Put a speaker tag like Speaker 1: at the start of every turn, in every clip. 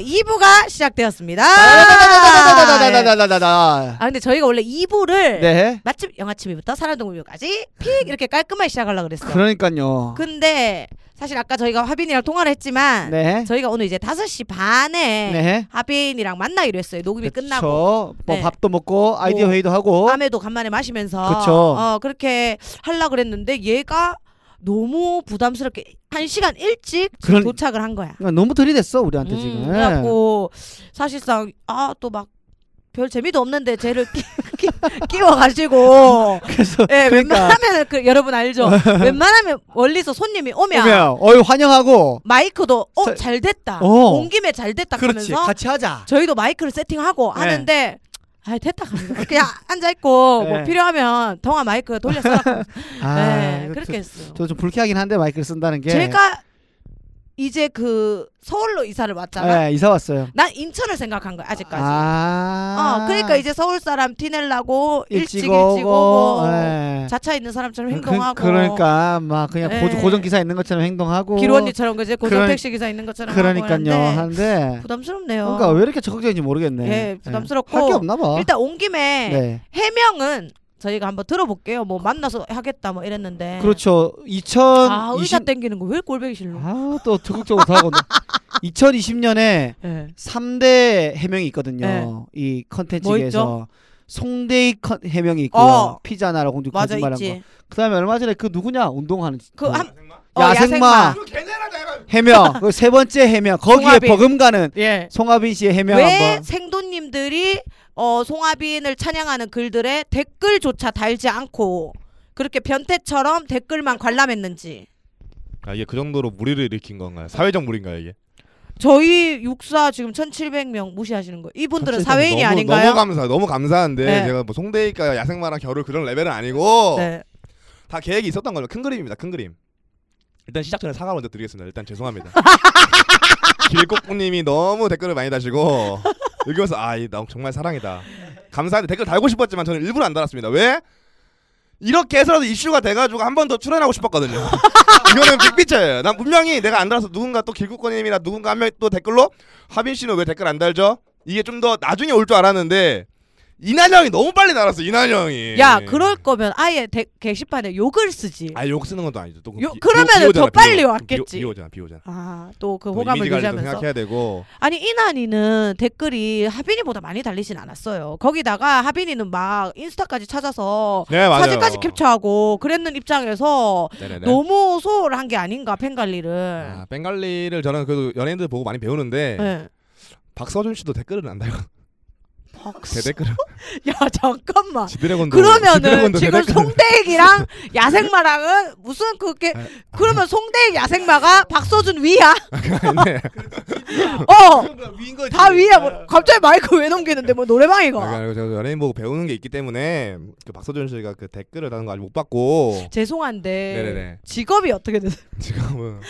Speaker 1: 2부가 시작되었습니다. 아
Speaker 2: 다다다다다다다다다다다.
Speaker 1: 근데 저희가 원래 2부를
Speaker 2: 네.
Speaker 1: 맛집 영화침입부터 사랑동물까지 픽 이렇게 깔끔하게 시작하려고 그랬어요.
Speaker 2: 그러니까요.
Speaker 1: 근데 사실 아까 저희가 화빈이랑 통화를 했지만
Speaker 2: 네.
Speaker 1: 저희가 오늘 이제 5시 반에
Speaker 2: 네.
Speaker 1: 화빈이랑 만나기로 했어요. 녹음이 끝나고
Speaker 2: 그렇죠. 뭐
Speaker 1: 네.
Speaker 2: 밥도 먹고 아이디어
Speaker 1: 뭐
Speaker 2: 회의도 하고.
Speaker 1: 밤에도 간만에 마시면서
Speaker 2: 그쵸.
Speaker 1: 어, 그렇게 하려 그랬는데 얘가 너무 부담스럽게 한 시간 일찍 지금
Speaker 2: 그런-
Speaker 1: 도착을 한 거야.
Speaker 2: 그러니까 너무 들이댔어 우리한테
Speaker 1: 음,
Speaker 2: 지금.
Speaker 1: 그래갖고 사실상 아 또 막 별 재미도 없는데 쟤를 끼, 끼, 끼워가지고
Speaker 2: 그래서
Speaker 1: 예
Speaker 2: 그러니까.
Speaker 1: 웬만하면 그 여러분 알죠 웬만하면 멀리서 손님이 오면,
Speaker 2: 오면 어이 환영하고.
Speaker 1: 마이크도
Speaker 2: 사-
Speaker 1: 어 잘됐다
Speaker 2: 어.
Speaker 1: 온 김에 잘됐다
Speaker 2: 그렇지.
Speaker 1: 하면서
Speaker 2: 같이 하자.
Speaker 1: 저희도 마이크를 세팅하고
Speaker 2: 네.
Speaker 1: 하는데 아 됐다 갑니다. 그냥 앉아 있고 뭐
Speaker 2: 네.
Speaker 1: 필요하면 통화 마이크 돌려 써라 네,
Speaker 2: 이거
Speaker 1: 그렇게 했어요
Speaker 2: 그렇죠. 저 좀 불쾌하긴 한데 마이크를 쓴다는 게.
Speaker 1: 제가 이제 그 서울로 이사를 왔잖아
Speaker 2: 네, 이사 왔어요.
Speaker 1: 난 인천을 생각한 거야 아직까지
Speaker 2: 아.
Speaker 1: 어, 그러니까 이제 서울 사람 티 내려고 일찍 일찍 오고,
Speaker 2: 예.
Speaker 1: 자차 있는 사람처럼
Speaker 2: 그-
Speaker 1: 행동하고
Speaker 2: 그, 러니까막 그냥
Speaker 1: 예.
Speaker 2: 고정 기사 있는 것처럼 행동하고.
Speaker 1: 길 언니처럼 그지 고정
Speaker 2: 그러니-
Speaker 1: 택시 기사 있는 것처럼
Speaker 2: 그러니까요.
Speaker 1: 하고
Speaker 2: 하는데.
Speaker 1: 데 부담스럽네요.
Speaker 2: 그러니까 왜 이렇게 적극적인지 모르겠네.
Speaker 1: 예, 부담스럽고.
Speaker 2: 할게 없나 봐.
Speaker 1: 일단 온 김에
Speaker 2: 네.
Speaker 1: 해명은 저희가 한번 들어볼게요. 뭐 만나서 하겠다 뭐 이랬는데
Speaker 2: 그렇죠.
Speaker 1: 아 의자
Speaker 2: 2020
Speaker 1: 땡기는 거 왜 꼴보기 싫노?
Speaker 2: 아또 적극적으로 더 하고 2020년에
Speaker 1: 예.
Speaker 2: 3대 해명이 있거든요.
Speaker 1: 네.
Speaker 2: 이
Speaker 1: 뭐
Speaker 2: 컨텐츠계에서
Speaker 1: 있죠?
Speaker 2: 송대희 컨, 해명이 있고요.
Speaker 1: 어.
Speaker 2: 피자 나라 공주
Speaker 1: 맞아
Speaker 2: 거짓말한 거.
Speaker 1: 있지.
Speaker 2: 그다음에 얼마 전에 그 누구냐 운동하는
Speaker 1: 그
Speaker 2: 그
Speaker 1: 한- 어,
Speaker 2: 야생마.
Speaker 3: 그 걔네랑 내가
Speaker 2: 해명. 그 세 번째 해명. 거기에
Speaker 1: 송하빈.
Speaker 2: 버금가는
Speaker 1: 예.
Speaker 2: 송하빈 씨의 해명
Speaker 1: 왜
Speaker 2: 한번.
Speaker 1: 생도님들이 어, 송하빈을 찬양하는 글들에 댓글조차 달지 않고 그렇게 변태처럼 댓글만 관람했는지
Speaker 3: 아 이게 그 정도로 무리를 일으킨 건가요? 사회적 무리인가요 이게?
Speaker 1: 저희 육사 지금 1,700명 무시하시는 거예요. 이분들은
Speaker 2: 갑자기
Speaker 1: 사회인이
Speaker 3: 너무,
Speaker 1: 아닌가요?
Speaker 3: 너무 감사, 너무 감사한데
Speaker 1: 네.
Speaker 3: 제가 뭐 송대이가 야생마랑 겨울 그런 레벨은 아니고
Speaker 1: 네.
Speaker 3: 다 계획이 있었던 걸로 큰 그림입니다. 큰 그림. 일단 시작 전에 사과 먼저 드리겠습니다. 일단 죄송합니다. 길꽃님이 너무 댓글을 많이 다시고 여기 와서 아나 정말 사랑이다. 감사한데 댓글 달고 싶었지만 저는 일부러 안 달았습니다. 왜? 이렇게 해서라도 이슈가 돼가지고 한 번 더 출연하고 싶었거든요. 이거는 빅피처예요. 난 분명히 내가 안 달아서 누군가 또 길국권님이나 누군가 한 명 또 댓글로 하빈 씨는 왜 댓글 안 달죠? 이게 좀 더 나중에 올 줄 알았는데 이난 형이 너무 빨리 달았어. 이난 형이.
Speaker 1: 야 그럴 거면 아예 데, 게시판에 욕을 쓰지.
Speaker 3: 아욕 쓰는 것도 아니죠. 또
Speaker 1: 예? 욕- 그러면은 더 빨리 왔겠지.
Speaker 3: 비오잖아, 비오잖아.
Speaker 1: 아 또 그
Speaker 3: 또
Speaker 1: 호감을
Speaker 3: 이미지 관리도
Speaker 1: 유지하면서
Speaker 3: 생각해야 되고.
Speaker 1: 아니 이난이는 댓글이 하빈이보다 많이 달리진 않았어요. 거기다가 하빈이는 막 인스타까지 찾아서
Speaker 3: 네 맞아요.
Speaker 1: 사진까지 캡처하고 그랬는 입장에서
Speaker 3: 네네네.
Speaker 1: 너무 소홀한 게 아닌가 팬 관리를.
Speaker 3: 아, 뺑갈리를 저는 그래도 연예인들 보고 많이 배우는데
Speaker 1: 네.
Speaker 3: 박서준 씨도 댓글은 안 달고 제
Speaker 1: 박수.
Speaker 3: 댓글은
Speaker 1: 야 잠깐만. 아,
Speaker 3: 지드래곤도
Speaker 1: 그러면은
Speaker 3: 지드래곤도 제
Speaker 1: 지금
Speaker 3: 댓글은
Speaker 1: 송대익이랑 야생마랑은 무슨 그게
Speaker 3: 네.
Speaker 1: 그러면 송대익 야생마가 박서준 위야?
Speaker 3: 아닌데. 네.
Speaker 1: 어.
Speaker 2: 위인 거지.
Speaker 1: 다 위야. 뭐, 갑자기 마이크 왜 넘기는데 뭐 노래방이가.
Speaker 3: 그러니까 제가 연예인 보고 배우는 게 있기 때문에 그 박서준 씨가 그 댓글을 다는 거 아직 못 봤고
Speaker 1: 죄송한데
Speaker 3: 네네네.
Speaker 1: 직업이 어떻게 되세요?
Speaker 3: 지금은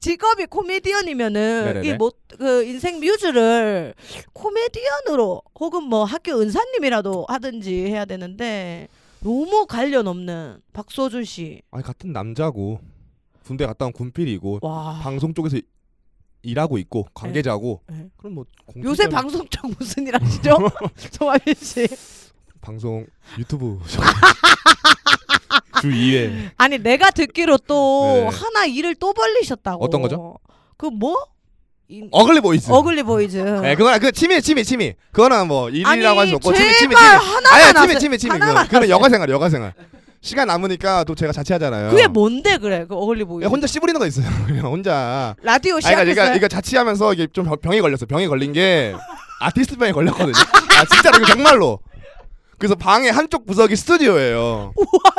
Speaker 1: 직업이 코미디언이면은
Speaker 3: 네네네.
Speaker 1: 이뭐그 인생 뮤즈를 코미디언으로 혹은 뭐 학교 은사님이라도 하든지 해야 되는데 너무 관련 없는 박서준 씨.
Speaker 3: 아니 같은 남자고 군대 갔다 온 군필이고
Speaker 1: 와.
Speaker 3: 방송 쪽에서 일하고 있고 관계자고
Speaker 1: 네.
Speaker 3: 그럼 뭐 공식적인
Speaker 1: 요새 방송 쪽 무슨 일 하시죠? 송하빈 씨.
Speaker 3: 방송 유튜브 주 2회
Speaker 1: 아니 내가 듣기로 또
Speaker 3: 네네.
Speaker 1: 하나 일을 또 벌리셨다고.
Speaker 3: 어떤 거죠?
Speaker 1: 그 뭐? 이-
Speaker 3: 어글리 보이스.
Speaker 1: 어글리 보이즈.
Speaker 3: 네, 그거는 그 취미 취미 취미. 그거는 뭐 일이라고 할 수 없고 취미 취미 취미.
Speaker 1: 제발 하나만
Speaker 3: 아니야 취미
Speaker 1: 하세요.
Speaker 3: 취미 취미.
Speaker 1: 하나만
Speaker 3: 그거 그는 여가 생활 여가 생활. 시간 남으니까 또 제가 자취하잖아요.
Speaker 1: 그게 뭔데 그래? 그 어글리 보이즈.
Speaker 3: 그냥 어. 혼자 씨부리는 거 있어요. 그냥 혼자.
Speaker 1: 라디오
Speaker 3: 아, 그러니까
Speaker 1: 뭐 시작했어요.
Speaker 3: 이거 이거 자취하면서 이게 좀 병- 병이 걸렸어. 병이 걸린 게 아티스트 병이 걸렸거든요. 아 진짜로 이거 정말로. 그래서 방에 한쪽 구석이 스튜디오예요.
Speaker 1: 우와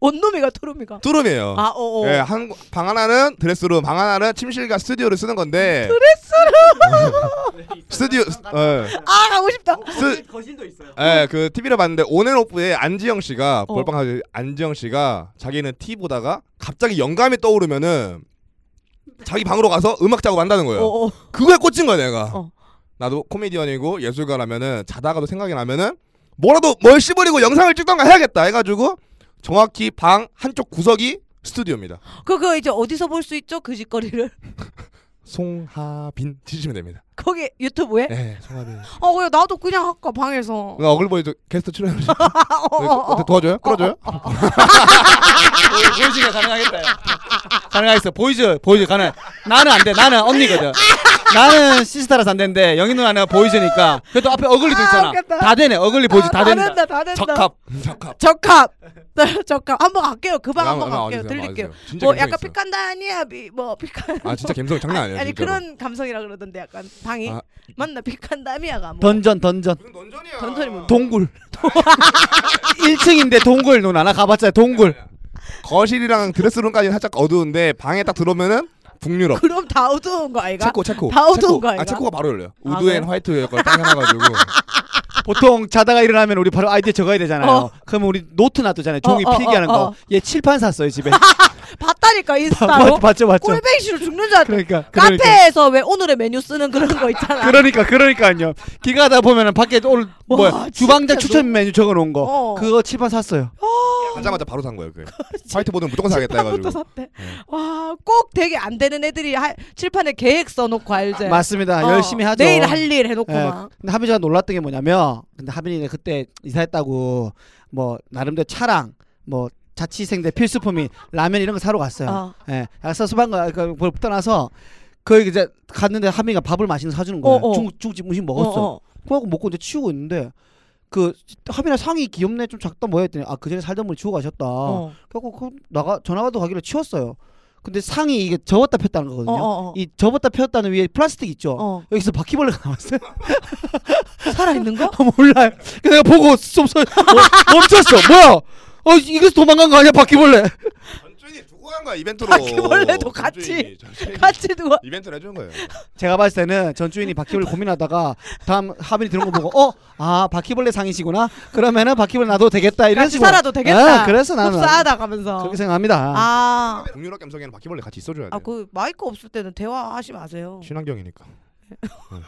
Speaker 1: 원놈이가 토르미가.
Speaker 3: 뚜rum이에요.
Speaker 1: 아 어어.
Speaker 3: 예, 한 방 하나는 드레스룸, 방 하나는 침실과 스튜디오를 쓰는 건데. 스튜디오, 예,
Speaker 1: 아 가고 싶다.
Speaker 3: 스,
Speaker 4: 거실도 있어요.
Speaker 3: 예, 그 TV를 봤는데 온앤오프에 안지영 씨가
Speaker 1: 어.
Speaker 3: 몰빵 하는 안지영 씨가 자기는 티 보다가 갑자기 영감이 떠오르면은 자기 방으로 가서 음악 작업 한다는 거예요.
Speaker 1: 어어.
Speaker 3: 그거에 꽂힌 거야 내가.
Speaker 1: 어.
Speaker 3: 나도 코미디언이고 예술가라면은 자다가도 생각이 나면은 뭐라도 뭘 씹어리고 영상을 찍던가 해야겠다 해가지고 정확히 방 한쪽 구석이 스튜디오입니다.
Speaker 1: 그 그거 이제 어디서 볼 수 있죠? 그 짓거리를.
Speaker 3: 송하빈 치시면 됩니다.
Speaker 1: 거기 유튜브에?
Speaker 3: 네, 성함이.
Speaker 1: 어, 야, 나도 그냥 할까 방에서.
Speaker 3: 그 어글보이도 게스트 출연해 주시.
Speaker 1: 어, 어, 어, 어.
Speaker 3: 도와줘요? 끌어줘요?
Speaker 4: 보이즈가 가능하겠다. 야. 가능하겠어. 보이즈, 보이즈 가능. 나는 안 돼. 나는 언니거든. 나는 시스타라서 안 되는데 영희 누나는 보이즈니까. 그래도 앞에 어글리도
Speaker 1: 아,
Speaker 4: 있잖아.
Speaker 1: 웃겼다.
Speaker 4: 다 되네. 어글리 보이즈
Speaker 1: 아,
Speaker 4: 다 된다.
Speaker 1: 된다, 다 된다.
Speaker 3: 적합. 적합.
Speaker 1: 적합. 적합. 한번 갈게요. 그 방 어. 한번
Speaker 3: 와주세요,
Speaker 1: 갈게요. 들릴게요.
Speaker 3: 와주세요. 진짜
Speaker 1: 뭐
Speaker 3: 감성
Speaker 1: 약간
Speaker 3: 있어요.
Speaker 1: 피칸다니야, 미- 뭐 피칸.
Speaker 3: 아 진짜 감성 장난 아니에요.
Speaker 1: 아니
Speaker 3: 진짜로.
Speaker 1: 그런 감성이라 그러던데 약간 방이
Speaker 3: 아.
Speaker 1: 맞나 피칸다미야가 뭐.
Speaker 4: 던전, 던전.
Speaker 3: 그건 던전이야.
Speaker 1: 던전이 뭔데?
Speaker 4: 동굴. 1층인데 동굴 누나. 나 가봤자 동굴.
Speaker 3: 거실이랑 드레스룸까지 살짝 어두운데 방에 딱 들어오면은 북유럽.
Speaker 1: 그럼 다 어두운 거 아이가?
Speaker 3: 체코 체코.
Speaker 1: 다 어두운
Speaker 3: 체코.
Speaker 1: 거 아이가?
Speaker 3: 아 체코가 바로 열려요.
Speaker 1: 아,
Speaker 3: 우드 앤
Speaker 1: 그래요?
Speaker 3: 화이트 걸 당해놔가지고.
Speaker 4: 보통 자다가 일어나면 우리 바로 아이디어 적어야 되잖아요.
Speaker 1: 어.
Speaker 4: 그러면 우리 노트 놔두잖아요. 종이
Speaker 1: 어, 어,
Speaker 4: 필기하는
Speaker 1: 어, 아,
Speaker 4: 거.
Speaker 1: 어.
Speaker 4: 얘 칠판 샀어요 집에.
Speaker 1: 봤다니까 인스타로.
Speaker 4: 봤- 봤죠, 봤죠.
Speaker 1: 꼴뱅이 싫어 죽는 줄 알았다.
Speaker 4: 그러니까. 그러니까.
Speaker 1: 카페에서 왜 오늘의 메뉴 쓰는 그런 거 있잖아.
Speaker 4: 그러니까 그러니까요. 기가하다 보면은 밖에 오늘
Speaker 1: 와,
Speaker 4: 뭐야
Speaker 1: 진짜
Speaker 4: 주방장 추천 메뉴 적어놓은 거
Speaker 1: 어.
Speaker 4: 그거 칠판 샀어요.
Speaker 3: 가자마자 바로 산 거예요. 그 화이트보드는 무조건 사겠다
Speaker 1: 칠판부터
Speaker 3: 해가지고.
Speaker 1: 샀대.
Speaker 3: 네.
Speaker 1: 와, 꼭 되게 안 되는 애들이 하, 칠판에 계획 써놓고 알제.
Speaker 4: 맞습니다.
Speaker 1: 어,
Speaker 4: 열심히 하죠.
Speaker 1: 내일 할 일 해놓고
Speaker 4: 예,
Speaker 1: 막.
Speaker 4: 근데 하빈이가 놀랐던 게 뭐냐면 근데 하빈이는 그때 이사했다고 뭐 나름대로 차랑 뭐 자취생들 필수품인 라면 이런 거 사러 갔어요.
Speaker 1: 어.
Speaker 4: 예, 약사 수방 거 그, 그걸 떠나서 거기 이제 갔는데 하빈이가 밥을 맛있는 거 사주는 거예요.
Speaker 1: 어, 어.
Speaker 4: 중국 중국집 음식 먹었어.
Speaker 1: 어, 어.
Speaker 4: 그거하고 먹고 이제 치우고 있는데 그 하빈아 상이 귀엽네 좀 작다 뭐야 했더니 아 그전에 살던 분이 치우고 가셨다.
Speaker 1: 어.
Speaker 4: 그래갖고 그 나가 전화가도 가기로 치웠어요. 근데 상이 이게 접었다 폈다는
Speaker 1: 어,
Speaker 4: 거거든요.
Speaker 1: 어, 어.
Speaker 4: 이 접었다 폈다는 위에 플라스틱 있죠.
Speaker 1: 어.
Speaker 4: 여기서 바퀴벌레가 나왔어요.
Speaker 1: 살아있는 거?
Speaker 4: 아, 몰라요. 그래서 내가 보고 좀 서, 어, 멈췄어. 뭐야? 어 이래서 도망간 거 아니야 바퀴벌레?
Speaker 3: 전준이 두고 간 거야 이벤트로.
Speaker 1: 바퀴벌레도 같이. 같이 누워.
Speaker 3: 이벤트를 해준 거예요.
Speaker 4: 제가 봤을 때는 전 주인이 바퀴벌레 고민하다가 다음 하빈이 들은 거 보고 어아 바퀴벌레 상이시구나. 그러면은 바퀴벌레 놔도 되겠다 이런
Speaker 1: 같이
Speaker 4: 식으로.
Speaker 1: 살아도 되겠다.
Speaker 4: 예, 그래서 나는
Speaker 1: 흡사하다 가면서.
Speaker 4: 그렇게 생각합니다.
Speaker 1: 아,
Speaker 3: 북유럽 감성에는 바퀴벌레 같이 있어줘야 돼.
Speaker 1: 아, 그 마이크 없을 때는 대화하지 마세요.
Speaker 4: 그렇죠.
Speaker 3: 친환경이니까. 응.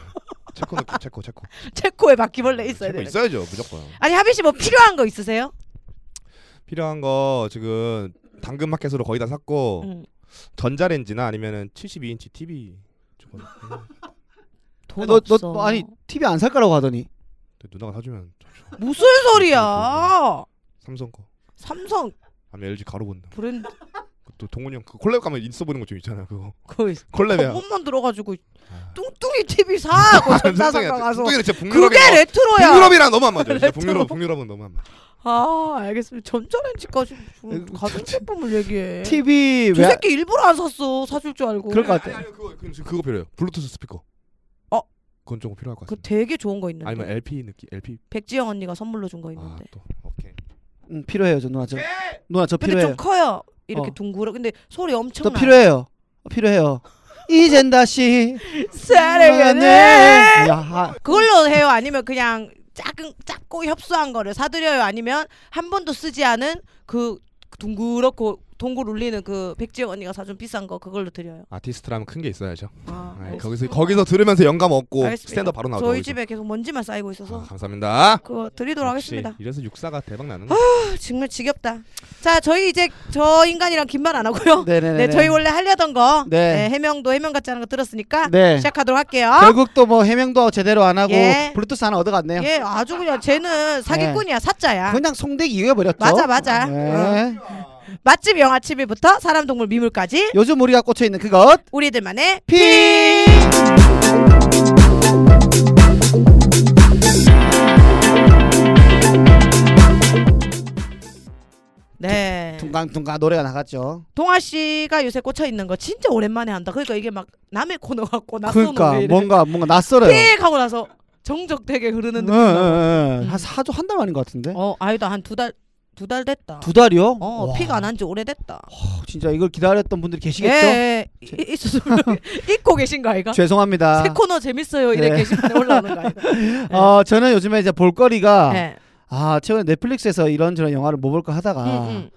Speaker 3: 체코 느낌, 체코 체코.
Speaker 1: 체코에 바퀴벌레 있어야
Speaker 3: 체코
Speaker 1: 돼.
Speaker 3: 있어야죠 무조건.
Speaker 1: 아니 하빈 씨 뭐 필요한 거 있으세요?
Speaker 3: 필요한 거 지금 당근 마켓으로 거의 다
Speaker 4: 어.
Speaker 3: 샀고
Speaker 1: 응.
Speaker 3: 전자레인지나 아니면은 72인치 TV. 저거 음,
Speaker 1: 돈
Speaker 4: 너, 너,
Speaker 1: 없어.
Speaker 4: 너 아니 TV 안 살 거라고 하더니
Speaker 3: 근데 누나가 사주면 좋죠.
Speaker 1: 무슨
Speaker 4: 어,
Speaker 1: 소리야?
Speaker 3: 삼성 거.
Speaker 1: 삼성
Speaker 3: 아니면 LG 가로 본다.
Speaker 1: 브랜드
Speaker 3: 또 동훈이 형 그 콜랩 가면 인스타 보는 거 좀 있잖아 그거.
Speaker 1: 거의
Speaker 3: 콜랩이야.
Speaker 1: 돈만 들어가지고
Speaker 3: 아.
Speaker 1: 뚱뚱이 TV 사고 전자상가 가서
Speaker 3: 뚱뚱이는 진짜 북유럽이 뭐
Speaker 1: 그게
Speaker 3: 너무-
Speaker 1: 레트로야.
Speaker 3: 북유럽이랑 너무 안 맞아. 진짜
Speaker 1: 레트로.
Speaker 3: 북유럽 북유럽은 너무 안 맞아.
Speaker 1: 아 알겠습니다. 전자레인지까지
Speaker 3: 음,
Speaker 1: 좀 가전제품을 얘기해.
Speaker 4: TV
Speaker 1: 저
Speaker 4: 왜
Speaker 1: 새끼 일부러 안 샀어 사줄 줄 알고.
Speaker 4: 그럴 것
Speaker 3: 아니
Speaker 4: 같아.
Speaker 3: 아니 아- 그거 그거, 그거 필요해요. 블루투스 스피커.
Speaker 1: 어?
Speaker 3: 그건 조금 필요할
Speaker 1: 그
Speaker 3: 것 같습니다.
Speaker 1: 되게 좋은 거 있는데.
Speaker 3: 아니면 LP 느낌 LP.
Speaker 1: 백지영 언니가 선물로 준 거
Speaker 3: 아
Speaker 1: 있는데.
Speaker 3: 또 오케이.
Speaker 4: 음, 필요해요, 저 누나 저 누나 저
Speaker 1: 네! 근데
Speaker 4: 필요해요.
Speaker 1: 좀 커요. 이렇게
Speaker 4: 어.
Speaker 1: 둥그러. 근데 소리 엄청
Speaker 4: 또
Speaker 1: 나.
Speaker 4: 필요해요. 어, 필요해요. 이젠 다시
Speaker 1: 사랑하네.
Speaker 4: 야, 아, 하-
Speaker 1: 그걸로 해요. 아니면 그냥 작은 작고 협소한 거를 사드려요. 아니면 한 번도 쓰지 않은 그 둥그렇고 동굴 울리는 그 백지영 언니가 사준 비싼 거 그걸로 드려요.
Speaker 3: 아티스트라면 큰 게 있어야죠.
Speaker 1: 아,
Speaker 3: 네,
Speaker 1: 알겠습니다.
Speaker 3: 거기서 거기서 들으면서 영감 얻고
Speaker 1: 알겠습니다.
Speaker 3: 스탠드 바로 나오죠.
Speaker 1: 저희
Speaker 3: 거기서.
Speaker 1: 집에 계속 먼지만 쌓이고 있어서
Speaker 3: 아, 감사합니다.
Speaker 1: 그거 드리도록
Speaker 3: 역시
Speaker 1: 하겠습니다.
Speaker 3: 이래서 육사가 대박 나는 거.
Speaker 1: 아, 정말 지겹다. 자, 저희 이제 저 인간이랑 긴 말 안 하고요.
Speaker 4: 네네네.
Speaker 1: 네, 저희 원래 하려던 거
Speaker 4: 네.
Speaker 1: 네, 해명도 해명 같지 않은 거 들었으니까
Speaker 4: 네.
Speaker 1: 시작하도록 할게요.
Speaker 4: 결국 또 뭐 해명도 제대로 안 하고
Speaker 1: 어? 예.
Speaker 4: 블루투스 하나 얻어갔네요.
Speaker 1: 예, 아주 그냥 쟤는 사기꾼이야, 사짜야.
Speaker 4: 그냥 그렇죠? 송대기 이겨 버렸죠. 네.
Speaker 1: 맞아, 어. 맞아. 맛집 영화 TV부터 사람 동물 미물까지
Speaker 4: 요즘 우리가 꽂혀 있는 그것
Speaker 1: 우리들만의
Speaker 4: 피.
Speaker 1: 네.
Speaker 4: 둥강둥강 노래가 나갔죠.
Speaker 1: 동아 씨가 요새 꽂혀 있는 거 진짜 오랜만에 한다. 그러니까 이게 막 남의 코너 같고 낯선
Speaker 4: 그러니까
Speaker 1: 노래
Speaker 4: 뭔가 뭔가 낯설어요. 네,
Speaker 1: 픽 하고 나서 정적되게
Speaker 4: 응,
Speaker 1: 흐르는
Speaker 4: 응,
Speaker 1: 느낌. 나고.
Speaker 4: 응, 응.
Speaker 1: 음.
Speaker 4: 한 사주 한 달 만인 것 같은데.
Speaker 1: 어, 아니다 한 두 달 두 달 됐다.
Speaker 4: 네? 두 달이요?
Speaker 1: 어,
Speaker 4: 와,
Speaker 1: 픽 안 한 지 오래됐다.
Speaker 4: 진짜 이걸 기다렸던 분들이 계시겠죠?
Speaker 1: 예, 예. 이- 있었을 거예요. 잊고 계신 거 아이가?
Speaker 4: 죄송합니다.
Speaker 1: 새 코너 재밌어요. 이래
Speaker 4: 네.
Speaker 1: 게시판에 올라오는 거 아이가? 네.
Speaker 4: 어, 저는 요즘에 이제 볼거리가
Speaker 1: 네.
Speaker 4: 아, 최근에 넷플릭스에서 이런저런 영화를 뭐 볼까 하다가
Speaker 1: 응, 응.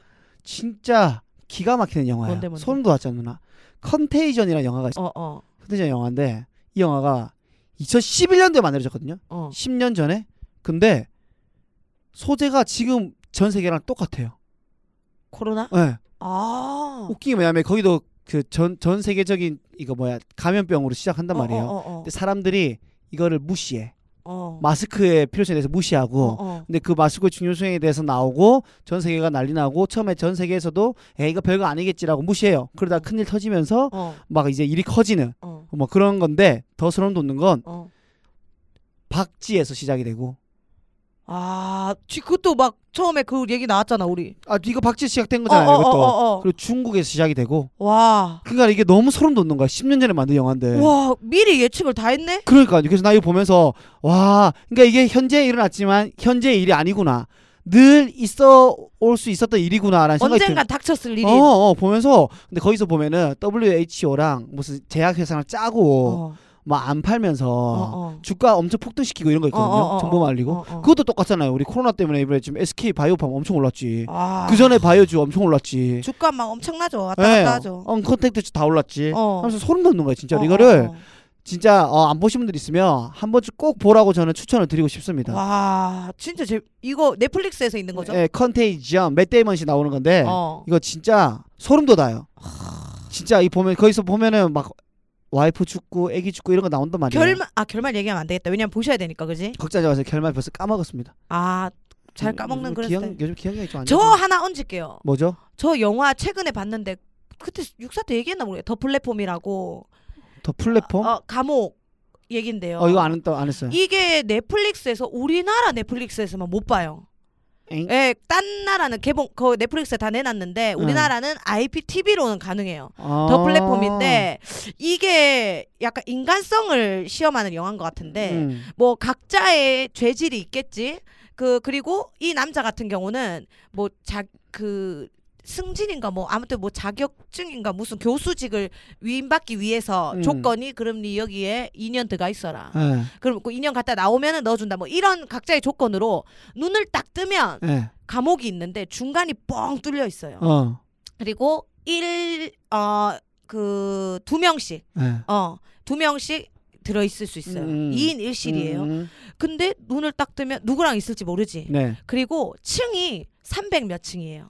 Speaker 4: 진짜 기가 막히는
Speaker 1: 음,
Speaker 4: 영화야.
Speaker 1: 뭔데, 뭔데?
Speaker 4: 소름 돋았잖아, 누나. 컨테이전이라는 영화가 있어.
Speaker 1: 어, 어,
Speaker 4: 컨테이전 영화인데 이 영화가 2011년도에 만들어졌거든요.
Speaker 1: 어.
Speaker 4: 10년 전에. 근데 소재가 지금 전 세계랑 똑같아요.
Speaker 1: 코로나?
Speaker 4: 예.
Speaker 1: 아.
Speaker 4: 웃긴 게 뭐냐면 거기도 그 전 전 세계적인 이거 뭐야 감염병으로 시작한단 말이에요.
Speaker 1: 어, 어, 어,
Speaker 4: 근데 사람들이 이거를 무시해
Speaker 1: 어.
Speaker 4: 마스크의 필요성에 대해서
Speaker 1: 어,
Speaker 4: 무시하고
Speaker 1: 어.
Speaker 4: 근데 그 마스크의 중요성에 대해서 나오고 전 세계가 난리 나고 처음에 전 세계에서도 에이 이거 별거 아니겠지라고 무시해요. 그러다 큰일 터지면서
Speaker 1: 어,
Speaker 4: 막 이제 일이 커지는
Speaker 1: 어,
Speaker 4: 뭐 그런 건데 더 소름 돋는 건
Speaker 1: 어.
Speaker 4: 박쥐에서 시작이 되고
Speaker 1: 아, 지- 그것도 막 처음에 그 얘기 나왔잖아, 우리.
Speaker 4: 아 이거 박쥐 시작된 거잖아요. 이것도
Speaker 1: 어, 어.
Speaker 4: 그리고 중국에서 시작이 되고
Speaker 1: 와.
Speaker 4: 그러니까 이게 너무 소름 돋는 거야. 10년 전에 만든 영화인데.
Speaker 1: 와, 미리 예측을 다 했네?
Speaker 4: 그러니까 그래서 나 이거 보면서 와 그러니까 이게 현재 일어났지만 현재 일이 아니구나. 늘 있어 올 수 있었던 일이구나라는 생각이
Speaker 1: 언젠간 닥쳤을 일이.
Speaker 4: 들- 어, 어 보면서 근데 거기서 보면은 WHO랑 무슨 제약회사랑 짜고
Speaker 1: 어,
Speaker 4: 막 안 팔면서
Speaker 1: 어, 어.
Speaker 4: 주가 엄청 폭등시키고 이런 거 있거든요.
Speaker 1: 어, 어, 어,
Speaker 4: 정보
Speaker 1: 어,
Speaker 4: 말리고
Speaker 1: 어, 어.
Speaker 4: 그것도 똑같잖아요. 우리 코로나 때문에 이번에 지금 SK 바이오팜 엄청 올랐지.
Speaker 1: 아,
Speaker 4: 그 전에 바이오주 엄청 올랐지.
Speaker 1: 주가 막 엄청나죠. 왔다
Speaker 4: 네,
Speaker 1: 갔다 하죠.
Speaker 4: 어, 컨택트 다 올랐지.
Speaker 1: 어.
Speaker 4: 하면서 소름 돋는 거야 진짜
Speaker 1: 어,
Speaker 4: 로 이거를
Speaker 1: 어,
Speaker 4: 진짜 어, 안 보신 분들 있으면 한 번쯤 꼭 보라고 저는 추천을 드리고
Speaker 1: 어.
Speaker 4: 싶습니다.
Speaker 1: 와, 진짜 제 이거 넷플릭스에서 있는 거죠?
Speaker 4: 예, 컨테이지엄 맷 데이먼 씨 나오는 건데
Speaker 1: 어.
Speaker 4: 이거 진짜 소름 돋아요. 진짜 이 보면 거기서 보면은 막 와이프 죽고 애기 죽고 이런 거 나온단 말이에요.
Speaker 1: 결말 아 결말 얘기하면 안 되겠다. 왜냐면 보셔야 되니까, 그지?
Speaker 4: 걱정하지 마세요. 결말 벌써 까먹었습니다.
Speaker 1: 아, 잘
Speaker 4: 음,
Speaker 1: 까먹는
Speaker 4: 요즘
Speaker 1: 그런
Speaker 4: 기억,
Speaker 1: 스타일.
Speaker 4: 요즘 기억력이 좀안
Speaker 1: 저
Speaker 4: 좋아요.
Speaker 1: 하나 얹을게요.
Speaker 4: 뭐죠?
Speaker 1: 저 영화 최근에 봤는데 그때 육사 때 얘기했나 모르겠어요. 더 플랫폼이라고.
Speaker 4: 더 플랫폼? 어,
Speaker 1: 어, 감옥 얘긴데요.
Speaker 4: 이거 안, 했다- 안 했어요.
Speaker 1: 이게 넷플릭스에서 우리나라 넷플릭스에서만 못 봐요.
Speaker 4: 엥?
Speaker 1: 예, 딴 나라는 개봉 그 넷플릭스에 다 내놨는데 우리나라는 IPTV로는 가능해요. 어.
Speaker 4: 아.
Speaker 1: 더 플랫폼인데 이게 약간 인간성을 시험하는 영화인 것 같은데
Speaker 4: 음.
Speaker 1: 뭐 각자의 죄질이 있겠지. 그 그리고 이 남자 같은 경우는 뭐 자 그 승진인가 뭐 아무튼 뭐 자격증인가 무슨 교수직을 위임받기 위해서
Speaker 4: 음.
Speaker 1: 조건이 그럼 니 여기에 2년 들어가 있어라.
Speaker 4: 예,
Speaker 1: 그럼 그 2년 갔다 나오면은 넣어준다. 뭐 이런 각자의 조건으로 눈을 딱 뜨면
Speaker 4: 예,
Speaker 1: 감옥이 있는데 중간이 뻥 뚫려 있어요.
Speaker 4: 어,
Speaker 1: 그리고 일 어 그 두 명씩
Speaker 4: 예.
Speaker 1: 어 두 명씩 들어 있을 수 있어요.
Speaker 4: 음.
Speaker 1: 2인 1실이에요. 예.
Speaker 4: 음,
Speaker 1: 근데 눈을 딱 뜨면 누구랑 있을지 모르지.
Speaker 4: 네.
Speaker 1: 그리고 층이 300몇 층이에요.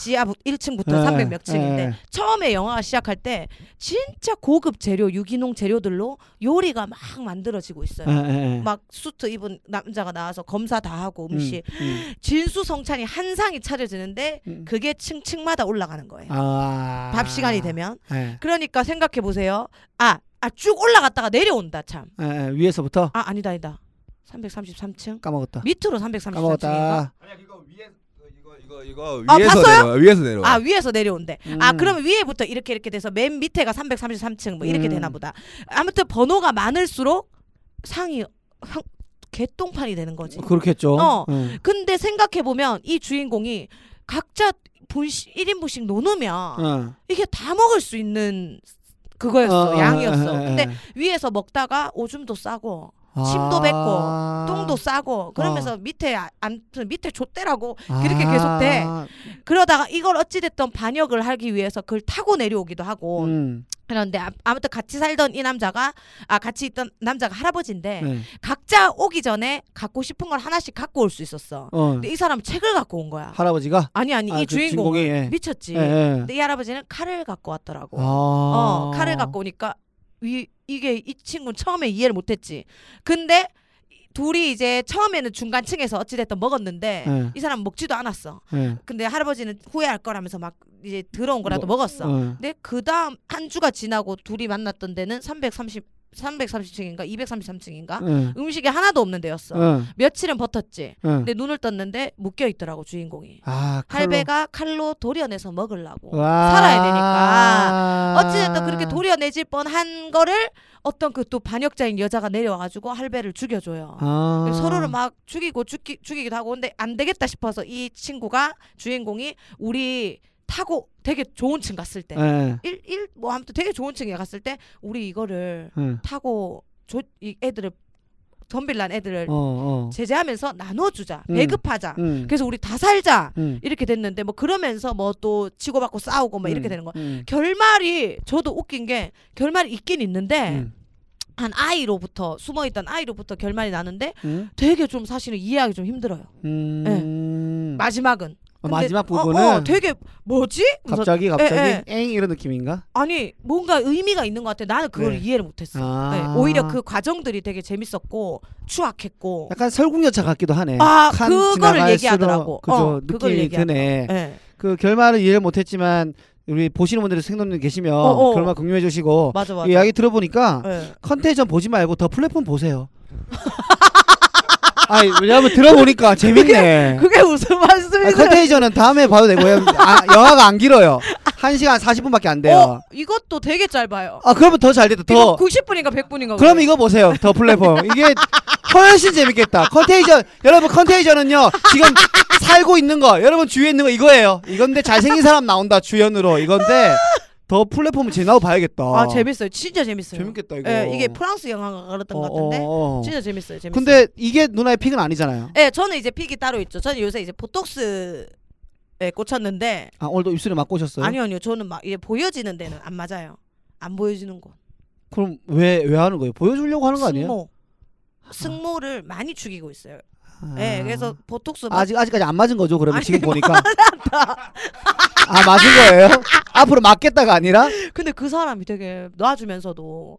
Speaker 1: 지하 1층부터
Speaker 4: 네,
Speaker 1: 300몇
Speaker 4: 네.
Speaker 1: 층인데 처음에 영화가 시작할 때 진짜 고급 재료 유기농 재료들로 요리가 막 만들어지고 있어요.
Speaker 4: 예, 예, 예.
Speaker 1: 막 수트 입은 남자가 나와서 검사 다 하고
Speaker 4: 음,
Speaker 1: 음식
Speaker 4: 음,
Speaker 1: 진수성찬이 한 상이 차려지는데
Speaker 4: 음.
Speaker 1: 그게 층층마다 올라가는 거예요.
Speaker 4: 아.
Speaker 1: 밥 시간이 되면
Speaker 4: 예.
Speaker 1: 그러니까 생각해 보세요. 아, 아 쭉 올라갔다가 내려온다 참.
Speaker 4: 예, 예, 위에서부터
Speaker 1: 아 아니다 아니다. 333층
Speaker 4: 까먹었다.
Speaker 1: 밑으로 333층인가?
Speaker 4: 까먹었다.
Speaker 3: 아니야 이거 위에 그, 이거 이거 이거
Speaker 1: 아,
Speaker 3: 위에서
Speaker 1: 봤어요?
Speaker 3: 내려 위에서 내려
Speaker 1: 아 위에서 내려온대. 아
Speaker 4: 음.
Speaker 1: 그러면 위에부터 이렇게 이렇게 돼서 맨 밑에가 333층 뭐 이렇게
Speaker 4: 음.
Speaker 1: 되나 보다. 아무튼 번호가 많을수록 상이 형, 개똥판이 되는 거지.
Speaker 4: 그렇겠죠.
Speaker 1: 어.
Speaker 4: 예.
Speaker 1: 근데 생각해 보면 이 주인공이 각자 분식 1인분씩
Speaker 4: 어.
Speaker 1: 나누면
Speaker 4: 어,
Speaker 1: 이게 다 먹을 수 있는 그거였어
Speaker 4: 어,
Speaker 1: 양이었어.
Speaker 4: 어, 어, 어,
Speaker 1: 근데
Speaker 4: 어.
Speaker 1: 위에서 먹다가 오줌도 싸고 침도
Speaker 4: 아. 어.
Speaker 1: 똥도 싸고 그러면서 밑에 아- 아무튼 밑에 좆대라고 그렇게
Speaker 4: 아.
Speaker 1: 계속 돼. 그러다가 이걸 어찌됐든 반역을 하기 위해서 그걸 타고 내려오기도 하고
Speaker 4: 음.
Speaker 1: 그런데 아, 아무튼 같이 살던 이 남자가 아 같이 있던 남자가 할아버지인데
Speaker 4: 네.
Speaker 1: 각자 오기 전에 갖고 싶은 걸 하나씩 갖고 올 수 있었어.
Speaker 4: 어.
Speaker 1: 근데 이 사람 책을 갖고 온 거야.
Speaker 4: 할아버지가
Speaker 1: 아니 아니 이
Speaker 4: 아, 그
Speaker 1: 주인공
Speaker 4: 주인공이, 예.
Speaker 1: 미쳤지.
Speaker 4: 예, 예.
Speaker 1: 근데 이 할아버지는 칼을 갖고 왔더라고.
Speaker 4: 아.
Speaker 1: 어 칼을 갖고 오니까 이, 이게 이 친구는 처음에 이해를 못했지. 근데 둘이 이제 처음에는 중간층에서 어찌됐든 먹었는데
Speaker 4: 예.
Speaker 1: 이 사람 먹지도 않았어.
Speaker 4: 예.
Speaker 1: 근데 할아버지는 후회할 거라면서 막 이제 들어온 거라도 뭐, 먹었어.
Speaker 4: 어.
Speaker 1: 근데 그 다음 한 주가 지나고 둘이 만났던 데는 330 330층인가 233층인가
Speaker 4: 예.
Speaker 1: 음식이 하나도 없는 데였어.
Speaker 4: 어.
Speaker 1: 며칠은 버텼지.
Speaker 4: 어.
Speaker 1: 근데 눈을 떴는데 묶여 있더라고 주인공이.
Speaker 4: 아, 칼로.
Speaker 1: 할배가 칼로 도려내서 먹으려고.
Speaker 4: 와.
Speaker 1: 살아야 되니까. 어찌됐든 그렇게
Speaker 4: 아.
Speaker 1: 도려내질 뻔한 거를 어떤 그 또 반역자인 여자가 내려와가지고 할배를 죽여줘요.
Speaker 4: 아.
Speaker 1: 그래서 서로를 막 죽이고 죽기, 죽이기도 하고 근데 안 되겠다 싶어서 이 친구가 주인공이 우리 타고 되게 좋은 층 갔을 때
Speaker 4: 예.
Speaker 1: 일 일 뭐 아무튼 되게 좋은 층에 갔을 때 우리 이거를
Speaker 4: 예.
Speaker 1: 타고 조, 이 애들을 덤빌란 애들을
Speaker 4: 어, 어.
Speaker 1: 제재하면서 나눠주자
Speaker 4: 음.
Speaker 1: 배급하자
Speaker 4: 음.
Speaker 1: 그래서 우리 다 살자
Speaker 4: 음.
Speaker 1: 이렇게 됐는데 뭐 그러면서 뭐 또 치고받고 싸우고 막 이렇게
Speaker 4: 음.
Speaker 1: 되는 거야
Speaker 4: 음.
Speaker 1: 결말이 저도 웃긴 게 결말이 있긴 있는데
Speaker 4: 음.
Speaker 1: 한 아이로부터 숨어있던 아이로부터 결말이 나는데 네.
Speaker 4: 음.
Speaker 1: 되게 좀 사실은 이해하기 좀 힘들어요.
Speaker 4: 음.
Speaker 1: 마지막은 근데-
Speaker 4: 마지막
Speaker 1: 어,
Speaker 4: 부분은
Speaker 1: 어, 되게 뭐지? 그래서
Speaker 4: 갑자기 갑자기
Speaker 1: 예,
Speaker 4: 엥 이런 느낌인가?
Speaker 1: 아니 뭔가 의미가 있는 것 같아. 나는 그걸
Speaker 4: 네.
Speaker 1: 이해를 못했어.
Speaker 4: 아.
Speaker 1: 네, 오히려 그 과정들이 되게 재밌었고 추악했고.
Speaker 4: 약간 설국열차 같기도 하네.
Speaker 1: 아,
Speaker 4: 칸
Speaker 1: 그거를
Speaker 4: 지나갈수록
Speaker 1: 얘기하더라고.
Speaker 4: 그죠
Speaker 1: 어, 그걸
Speaker 4: 느낌이
Speaker 1: 얘기하더라고.
Speaker 4: 드네.
Speaker 1: 네,
Speaker 4: 그 결말을 이해를 못했지만 우리 보시는 분들이 생각님 계시면
Speaker 1: 어, 어.
Speaker 4: 결말 공유해 주시고
Speaker 1: 맞아 맞아.
Speaker 4: 이 이야기 들어보니까
Speaker 1: 네.
Speaker 4: 컨텐션 보지 말고 더 플랫폼 보세요. 아니 왜냐면 들어보니까 재밌네.
Speaker 1: 그게 무슨
Speaker 4: 아,
Speaker 1: 말씀이세요?
Speaker 4: 컨텐션은 다음에 봐도 되고요. 아, 영화가 안 길어요. 1시간 40분밖에 안 돼요.
Speaker 1: 어, 이것도 되게 짧아요.
Speaker 4: 아 그러면 더 잘 됐다.
Speaker 1: 이거
Speaker 4: 더
Speaker 1: 90분인가 100분인가.
Speaker 4: 그럼 이거 보세요. 더 플랫폼. 이게 훨씬 재밌겠다. 컨테이전 여러분 컨테이전은요. 지금 살고 있는 거 여러분 주위에 있는 거 이거예요. 이건데 잘생긴 사람 나온다 주연으로 이건데 더 플랫폼 제나오 봐야겠다.
Speaker 1: 아 재밌어요. 진짜 재밌어요.
Speaker 4: 재밌겠다 이거.
Speaker 1: 예, 이게 프랑스 영화가 그랬던 것 같은데
Speaker 4: 어, 어.
Speaker 1: 진짜 재밌어요. 재밌어요.
Speaker 4: 근데 이게 누나의 픽은 아니잖아요.
Speaker 1: 예, 저는 이제 픽이 따로 있죠. 저는 요새 이제 보톡스에 꽂혔는데
Speaker 4: 아 오늘도 입술에 맞고 오셨어요?
Speaker 1: 아니요 아니요 저는 막 이게 보여지는 데는 안 맞아요. 안 보여지는 곳.
Speaker 4: 그럼 왜 왜 하는 거예요? 보여주려고 하는 거 아니에요?
Speaker 1: 승모. 승모를 많이 죽이고 있어요.
Speaker 4: 아.
Speaker 1: 예, 그래서 보톡스 맞-
Speaker 4: 아직 아직까지 안 맞은 거죠? 그러면
Speaker 1: 아니,
Speaker 4: 지금 보니까 아 맞은 거예요? 앞으로 맞겠다가 아니라
Speaker 1: 근데 그 사람이 되게 놔주면서도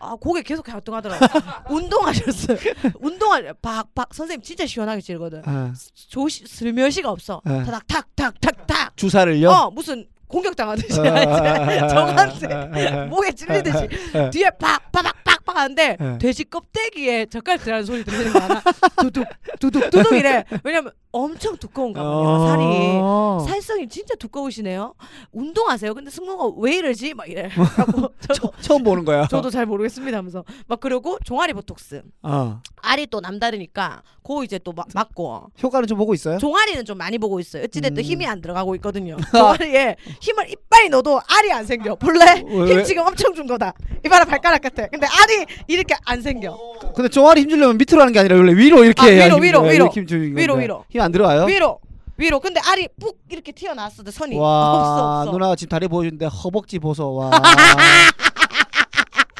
Speaker 1: 아 고개 계속 갈등하더라고. 운동하셨어요. 운동할 박박 선생님 진짜 시원하게 찌르거든.
Speaker 4: 아,
Speaker 1: 조시 슬며시가 없어.
Speaker 4: 네.
Speaker 1: 타닥탁탁탁탁.
Speaker 4: 주사를요? 아.
Speaker 1: 어 무슨 공격 당하듯이 저한테 목에 찔리듯이
Speaker 4: 예.
Speaker 1: 뒤에 팍팍팍팍팍 하는데
Speaker 4: 네.
Speaker 1: 돼지 껍데기에 젓가락 들어가는 소리 들리는 거 하나 두둑 두둑 두둑 이래 왜냐면 엄청 두꺼운가 봐요 살이
Speaker 4: 어.
Speaker 1: 살성이 진짜 두꺼우시네요 운동하세요 근데 승모가 왜 이러지 막 이래 하고 저도,
Speaker 4: 처음 보는 거야.
Speaker 1: 저도 잘 모르겠습니다 하면서 막 그러고 종아리 보톡스
Speaker 4: 어.
Speaker 1: 알이 또 남다르니까 그거 이제 또 마- 맞고
Speaker 4: 효과는 좀 보고 있어요?
Speaker 1: 종아리는 좀 많이 보고 있어요. 어찌됐든
Speaker 4: 음.
Speaker 1: 힘이 안 들어가고 있거든요. 종아리에 예. 힘을 이빨이 넣어도 알이 안 생겨. 볼래?
Speaker 4: 왜, 왜?
Speaker 1: 힘 지금 엄청 준 거다. 이봐라 발가락 같아. 근데 알이 이렇게 안 생겨.
Speaker 4: 근데 종아리 힘주려면 밑으로 하는 게 아니라 원래 위로 이렇게
Speaker 1: 아,
Speaker 4: 해야
Speaker 1: 위로,
Speaker 4: 힘-
Speaker 1: 위로,
Speaker 4: 예,
Speaker 1: 위로.
Speaker 4: 이렇게 힘 주는
Speaker 1: 위로,
Speaker 4: 건데.
Speaker 1: 위로.
Speaker 4: 힘안 들어와요?
Speaker 1: 위로 위로. 근데 알이 푹 이렇게 튀어나왔을 때 선이
Speaker 4: 와
Speaker 1: 없어 없어.
Speaker 4: 누나가 지금 다리 보여주는데 허벅지 보소 와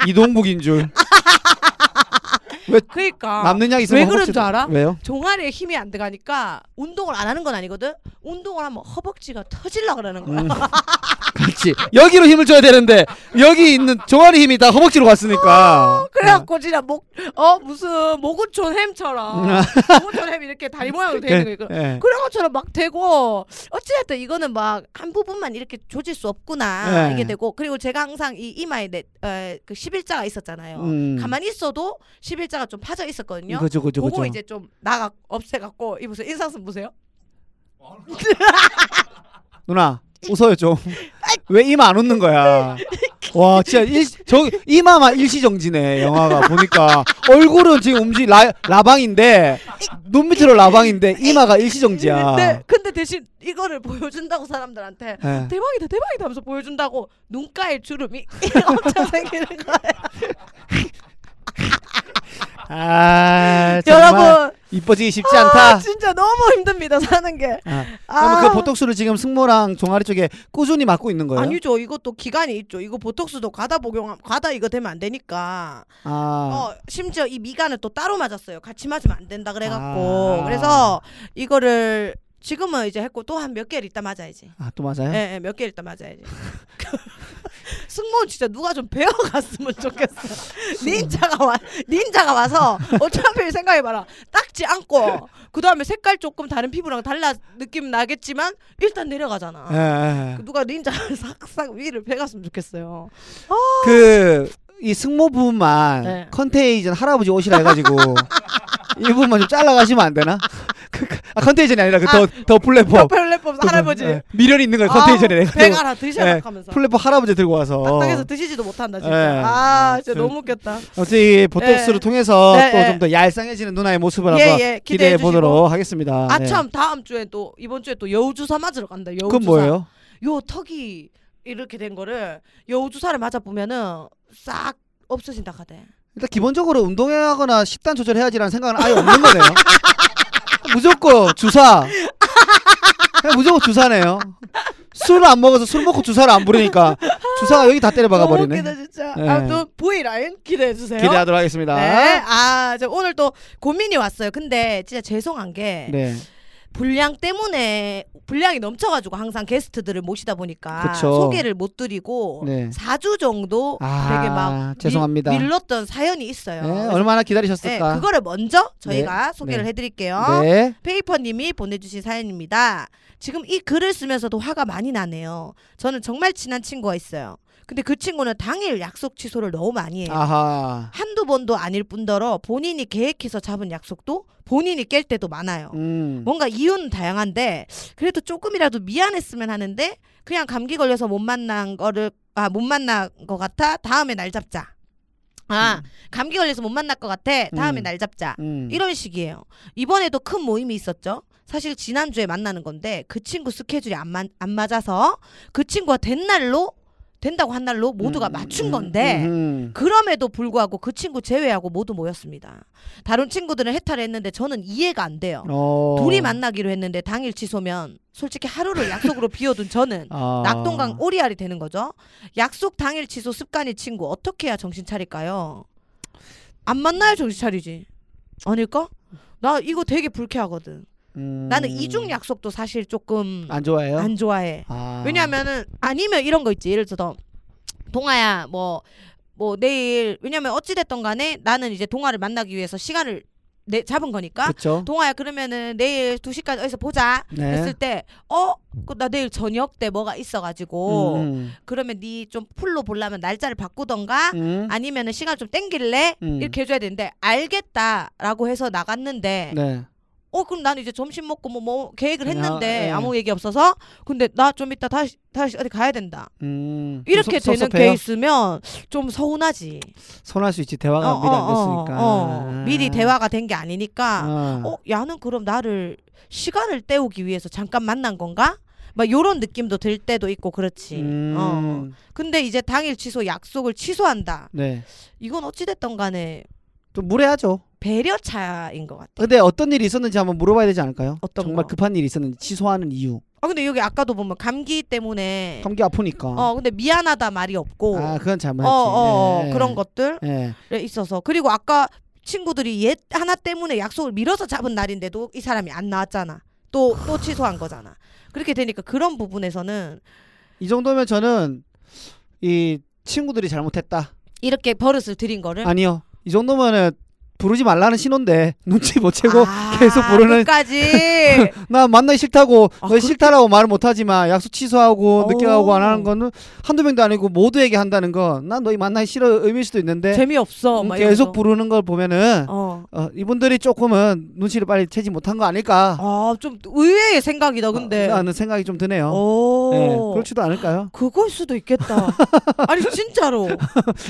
Speaker 4: 이동북인 줄
Speaker 1: 그러니까
Speaker 4: 남는 양 있으면
Speaker 1: 왜 그런
Speaker 4: 허벅지-
Speaker 1: 줄 알아?
Speaker 4: 왜요?
Speaker 1: 종아리에 힘이 안 들어가니까 운동을 안 하는 건 아니거든. 운동을 하면 허벅지가 터질라 그러는 거야.
Speaker 4: 음. 그렇지 여기로 힘을 줘야 되는데 여기 있는 종아리 힘이 다 허벅지로 갔으니까
Speaker 1: 어, 그래갖고 진짜 목 어 무슨 모구촌 햄처럼
Speaker 4: 음.
Speaker 1: 모구촌 햄 이렇게 다리 모양으로 돼 있는 거
Speaker 4: 예, 예.
Speaker 1: 그런 것처럼 막 되고 어찌됐든 이거는 막 한 부분만 이렇게 조질 수 없구나
Speaker 4: 네.
Speaker 1: 이게 되고 그리고 제가 항상 이 이마에 내, 에, 그 십일자가 있었잖아요.
Speaker 4: 음.
Speaker 1: 가만히 있어도 십일자가 좀 파져 있었거든요.
Speaker 4: 그죠 그죠
Speaker 1: 그거
Speaker 4: 그죠
Speaker 1: 이제 좀 나가 없애갖고 이보세요 인상승 보세요.
Speaker 4: 누나 웃어요 좀 왜 이마 안 웃는 거야 와 진짜 일, 저 이마만 일시정지네 영화가 보니까 얼굴은 지금 움직 라, 라방인데 눈 밑으로 라방인데 이마가 일시정지야
Speaker 1: 네. 근데, 근데 대신 이거를 보여준다고 사람들한테
Speaker 4: 예.
Speaker 1: 대박이다 대박이다 하면서 보여준다고 눈가에 주름이 엄청 생기는 거예요.
Speaker 4: 아 정말
Speaker 1: 여러분
Speaker 4: 이뻐지기 쉽지
Speaker 1: 아,
Speaker 4: 않다
Speaker 1: 진짜 너무 힘듭니다 사는 게.
Speaker 4: 아,
Speaker 1: 아.
Speaker 4: 그러면 그 보톡스를 지금 승모랑 종아리 쪽에 꾸준히 맞고 있는 거예요?
Speaker 1: 아니죠. 이것도 기간이 있죠. 이거 보톡스도 과다 복용함 과다 이거 되면 안 되니까.
Speaker 4: 아,
Speaker 1: 어, 심지어 이 미간을 또 따로 맞았어요. 같이 맞으면 안 된다 그래 갖고.
Speaker 4: 아.
Speaker 1: 그래서 이거를 지금은 이제 했고 또 한 몇 개월 있다 맞아야지.
Speaker 4: 아, 또 맞아요?
Speaker 1: 예, 예, 몇 개월 있다 맞아야지. 승무원 진짜 누가 좀 배워갔으면 좋겠어. 닌자가 와, 닌자가 와서 어차피 생각해봐라. 딱지 않고 그 다음에 색깔 조금 다른 피부랑 달라 느낌 나겠지만 일단 내려가잖아.
Speaker 4: 예, 예.
Speaker 1: 누가 닌자를 싹싹 위를 패갔으면 좋겠어요.
Speaker 4: 그, 이 승모 부분만
Speaker 1: 네.
Speaker 4: 컨테이전 할아버지 옷이라 해가지고 이 부분만 좀 잘라가시면 안 되나? 그, 그, 아, 컨테이전이 아니라 그 더, 더 플랫폼.
Speaker 1: 펠레폼 할아버지.
Speaker 4: 예, 미련이 있는 거예요, 컨테이전에.
Speaker 1: 아우, 배가 하나 드셔야
Speaker 4: 예,
Speaker 1: 하면서
Speaker 4: 플랫폼 어. 할아버지 들고 와서.
Speaker 1: 딱딱해서 드시지도 못한다 진짜.
Speaker 4: 예.
Speaker 1: 아 진짜
Speaker 4: 그-
Speaker 1: 너무 웃겼다.
Speaker 4: 아무튼 이 보톡스를
Speaker 1: 예.
Speaker 4: 통해서
Speaker 1: 네,
Speaker 4: 또
Speaker 1: 예.
Speaker 4: 좀 더 얄쌍해지는 누나의 모습을
Speaker 1: 예,
Speaker 4: 한번
Speaker 1: 예, 기대해
Speaker 4: 기대해
Speaker 1: 주시고.
Speaker 4: 보도록 하겠습니다. 네.
Speaker 1: 아참 다음 주에 또 이번 주에 또 여우 주사 맞으러 간다. 여우
Speaker 4: 그건
Speaker 1: 주사.
Speaker 4: 뭐예요?
Speaker 1: 요 턱이 이렇게 된 거를 여우 주사를 맞아 보면은 싹 없어진다 하대.
Speaker 4: 일단 기본적으로 운동하거나 식단 조절해야지라는 생각은 아예 없는 거네요. 무조건 주사. 그냥 무조건 주사네요. 술을 안 먹어서 술 먹고 주사를 안 부리니까 주사가 여기 다 때려박아
Speaker 1: 너무
Speaker 4: 버리네.
Speaker 1: 웃기다 진짜.
Speaker 4: 예.
Speaker 1: 아무튼 V 라인 기대해 주세요. 아,
Speaker 4: 기대하도록 하겠습니다.
Speaker 1: 네. 아저 오늘 또 고민이 왔어요. 근데 진짜 죄송한 게
Speaker 4: 네.
Speaker 1: 분량 때문에 분량이 넘쳐가지고 항상 게스트들을 모시다 보니까
Speaker 4: 그쵸.
Speaker 1: 소개를 못 드리고
Speaker 4: 네.
Speaker 1: 4주 정도
Speaker 4: 아,
Speaker 1: 되게 막 밀-
Speaker 4: 죄송합니다.
Speaker 1: 밀렀던 사연이 있어요.
Speaker 4: 네,
Speaker 1: 그래서
Speaker 4: 얼마나
Speaker 1: 네,
Speaker 4: 기다리셨을까?
Speaker 1: 그거를 먼저 저희가
Speaker 4: 네,
Speaker 1: 소개를
Speaker 4: 네.
Speaker 1: 해드릴게요.
Speaker 4: 네.
Speaker 1: 페이퍼님이 보내주신 사연입니다. 지금 이 글을 쓰면서도 화가 많이 나네요. 저는 정말 친한 친구가 있어요. 근데 그 친구는 당일 약속 취소를 너무 많이 해요.
Speaker 4: 아하.
Speaker 1: 한두 번도 아닐 뿐더러 본인이 계획해서 잡은 약속도 본인이 깰 때도 많아요.
Speaker 4: 음.
Speaker 1: 어, 뭔가 이유는 다양한데 그래도 조금이라도 미안했으면 하는데 그냥 감기 걸려서 못 만난 거를 아 못 만난 것 같아 다음에 날 잡자 아 감기 걸려서 못 만날 것 같아 다음에
Speaker 4: 음.
Speaker 1: 날 잡자
Speaker 4: 음.
Speaker 1: 이런 식이에요 이번에도 큰 모임이 있었죠 사실 지난주에 만나는 건데 그 친구 스케줄이 안, 마, 안 맞아서 그 친구가 된 날로 된다고 한 날로 모두가
Speaker 4: 음,
Speaker 1: 맞춘
Speaker 4: 음,
Speaker 1: 건데
Speaker 4: 음.
Speaker 1: 그럼에도 불구하고 그 친구 제외하고 모두 모였습니다 다른 친구들은 해탈을 했는데 저는 이해가 안 돼요
Speaker 4: 어.
Speaker 1: 둘이 만나기로 했는데 당일 취소면 솔직히 하루를 약속으로 비워둔 저는
Speaker 4: 아.
Speaker 1: 낙동강 오리알이 되는 거죠. 약속 당일 취소 습관이 친구 어떻게 해야 정신 차릴까요? 안 만나야 정신 차리지. 아닐까? 나 이거 되게 불쾌하거든.
Speaker 4: 음.
Speaker 1: 나는 이중 약속도 사실 조금
Speaker 4: 안 좋아해요?
Speaker 1: 안 좋아해.
Speaker 4: 아.
Speaker 1: 왜냐면은 아니면 이런 거 있지 예를 들어 동아야 뭐 뭐 내일 왜냐면 어찌 됐던 간에 나는 이제 동아를 만나기 위해서 시간을 내 잡은 거니까
Speaker 4: 그렇죠.
Speaker 1: 동아야 그러면은 내일 2시까지 어디서 보자
Speaker 4: 네.
Speaker 1: 했을 때 어? 그나 내일 저녁 때 뭐가 있어가지고
Speaker 4: 음.
Speaker 1: 그러면 니 좀 풀로 보려면 날짜를 바꾸던가
Speaker 4: 음.
Speaker 1: 아니면은 시간 좀 땡길래
Speaker 4: 음.
Speaker 1: 이렇게 해줘야 되는데 알겠다라고 해서 나갔는데
Speaker 4: 네.
Speaker 1: 어 그럼 나는 이제 점심 먹고 뭐, 뭐 계획을
Speaker 4: 그냥,
Speaker 1: 했는데
Speaker 4: 예.
Speaker 1: 아무 얘기 없어서 근데 나 좀 이따 다시 다시 어디 가야 된다
Speaker 4: 음.
Speaker 1: 이렇게
Speaker 4: 좀
Speaker 1: 되는
Speaker 4: 섭- 섭섭해요?
Speaker 1: 케이스면 좀 서운하지
Speaker 4: 선할 수 있지 대화가 아, 미리 안 됐으니까. 네.
Speaker 1: 어, 어. 미리 대화가 된 게 아니니까
Speaker 4: 아.
Speaker 1: 어, 야는 그럼 나를 시간을 때우기 위해서 잠깐 만난 건가? 막 요런 느낌도 들 때도 있고 그렇지.
Speaker 4: 음.
Speaker 1: 어. 근데 이제 당일 취소 약속을 취소한다.
Speaker 4: 네.
Speaker 1: 이건 어찌 됐던 간에
Speaker 4: 좀 무례하죠.
Speaker 1: 배려 차인 것 같아.
Speaker 4: 근데 어떤 일이 있었는지 한번 물어봐야 되지 않을까요?
Speaker 1: 어떤
Speaker 4: 정말
Speaker 1: 거?
Speaker 4: 급한 일이 있었는지 취소하는 이유.
Speaker 1: 아 근데 여기 아까도 보면 감기 때문에
Speaker 4: 감기 아프니까.
Speaker 1: 어 근데 미안하다 말이 없고
Speaker 4: 아, 그건 잘못했지.
Speaker 1: 어어 어,
Speaker 4: 예.
Speaker 1: 그런 것들에
Speaker 4: 예.
Speaker 1: 있어서 그리고 아까 친구들이 옛 하나 때문에 약속을 밀어서 잡은 날인데도 이 사람이 안 나왔잖아. 또 또 취소한 거잖아. 그렇게 되니까 그런 부분에서는
Speaker 4: 이 정도면 저는 이 친구들이 잘못했다.
Speaker 1: 이렇게 버릇을 들인 거를
Speaker 4: 아니요. 이 정도면은 부르지 말라는 신호인데 눈치 못 채고
Speaker 1: 아,
Speaker 4: 계속 부르는-
Speaker 1: 끝까지
Speaker 4: 나 만나기 싫다고
Speaker 1: 아,
Speaker 4: 너
Speaker 1: 그렇게- 어.
Speaker 4: 싫다라고 말을 못하지만 약속 취소하고 늦게
Speaker 1: 오.
Speaker 4: 가고 안 하는 거는 한두 명도 아니고 모두에게 한다는 건 난 너희 만나기 싫어 의미일 수도 있는데 음,
Speaker 1: 재미없어 막
Speaker 4: 네. 계속
Speaker 1: 이러면서.
Speaker 4: 부르는 걸 보면은
Speaker 1: 어.
Speaker 4: 어, 이분들이 조금은 눈치를 빨리 채지 못한 거 아닐까
Speaker 1: 아좀 의외의 생각이다 근데 어.
Speaker 4: 어, 하는 생각이 좀 드네요.
Speaker 1: 오
Speaker 4: 예, 그렇지도 않을까요?
Speaker 1: 그거일 수도 있겠다 아니 진짜로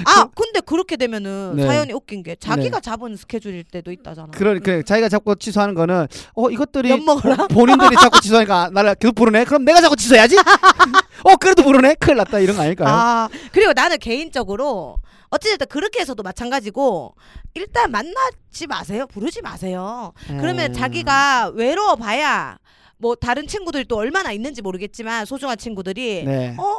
Speaker 1: 아 근데 그렇게 되면은
Speaker 4: 그 네.
Speaker 1: 사연이 웃긴 게 자기가 잡은 스케줄일 때도 있다잖아
Speaker 4: 그런 그 자기가 자꾸 취소하는 거는 어 이것들이
Speaker 1: 엿 먹어라
Speaker 4: 본인들이 자꾸 취소하니까 아, 나를 계속 부르네. 그럼 내가 자꾸 취소해야지. 어 그래도 부르네. 큰일 났다 이런 거 아닐까요?
Speaker 1: 아 그리고 나는 개인적으로 어찌됐든 그렇게 해서도 마찬가지고 일단 만나지 마세요 부르지 마세요 그러면
Speaker 4: 음.
Speaker 1: 자기가 외로워 봐야 뭐 다른 친구들 또 얼마나 있는지 모르겠지만 소중한 친구들이
Speaker 4: 네.
Speaker 1: 어?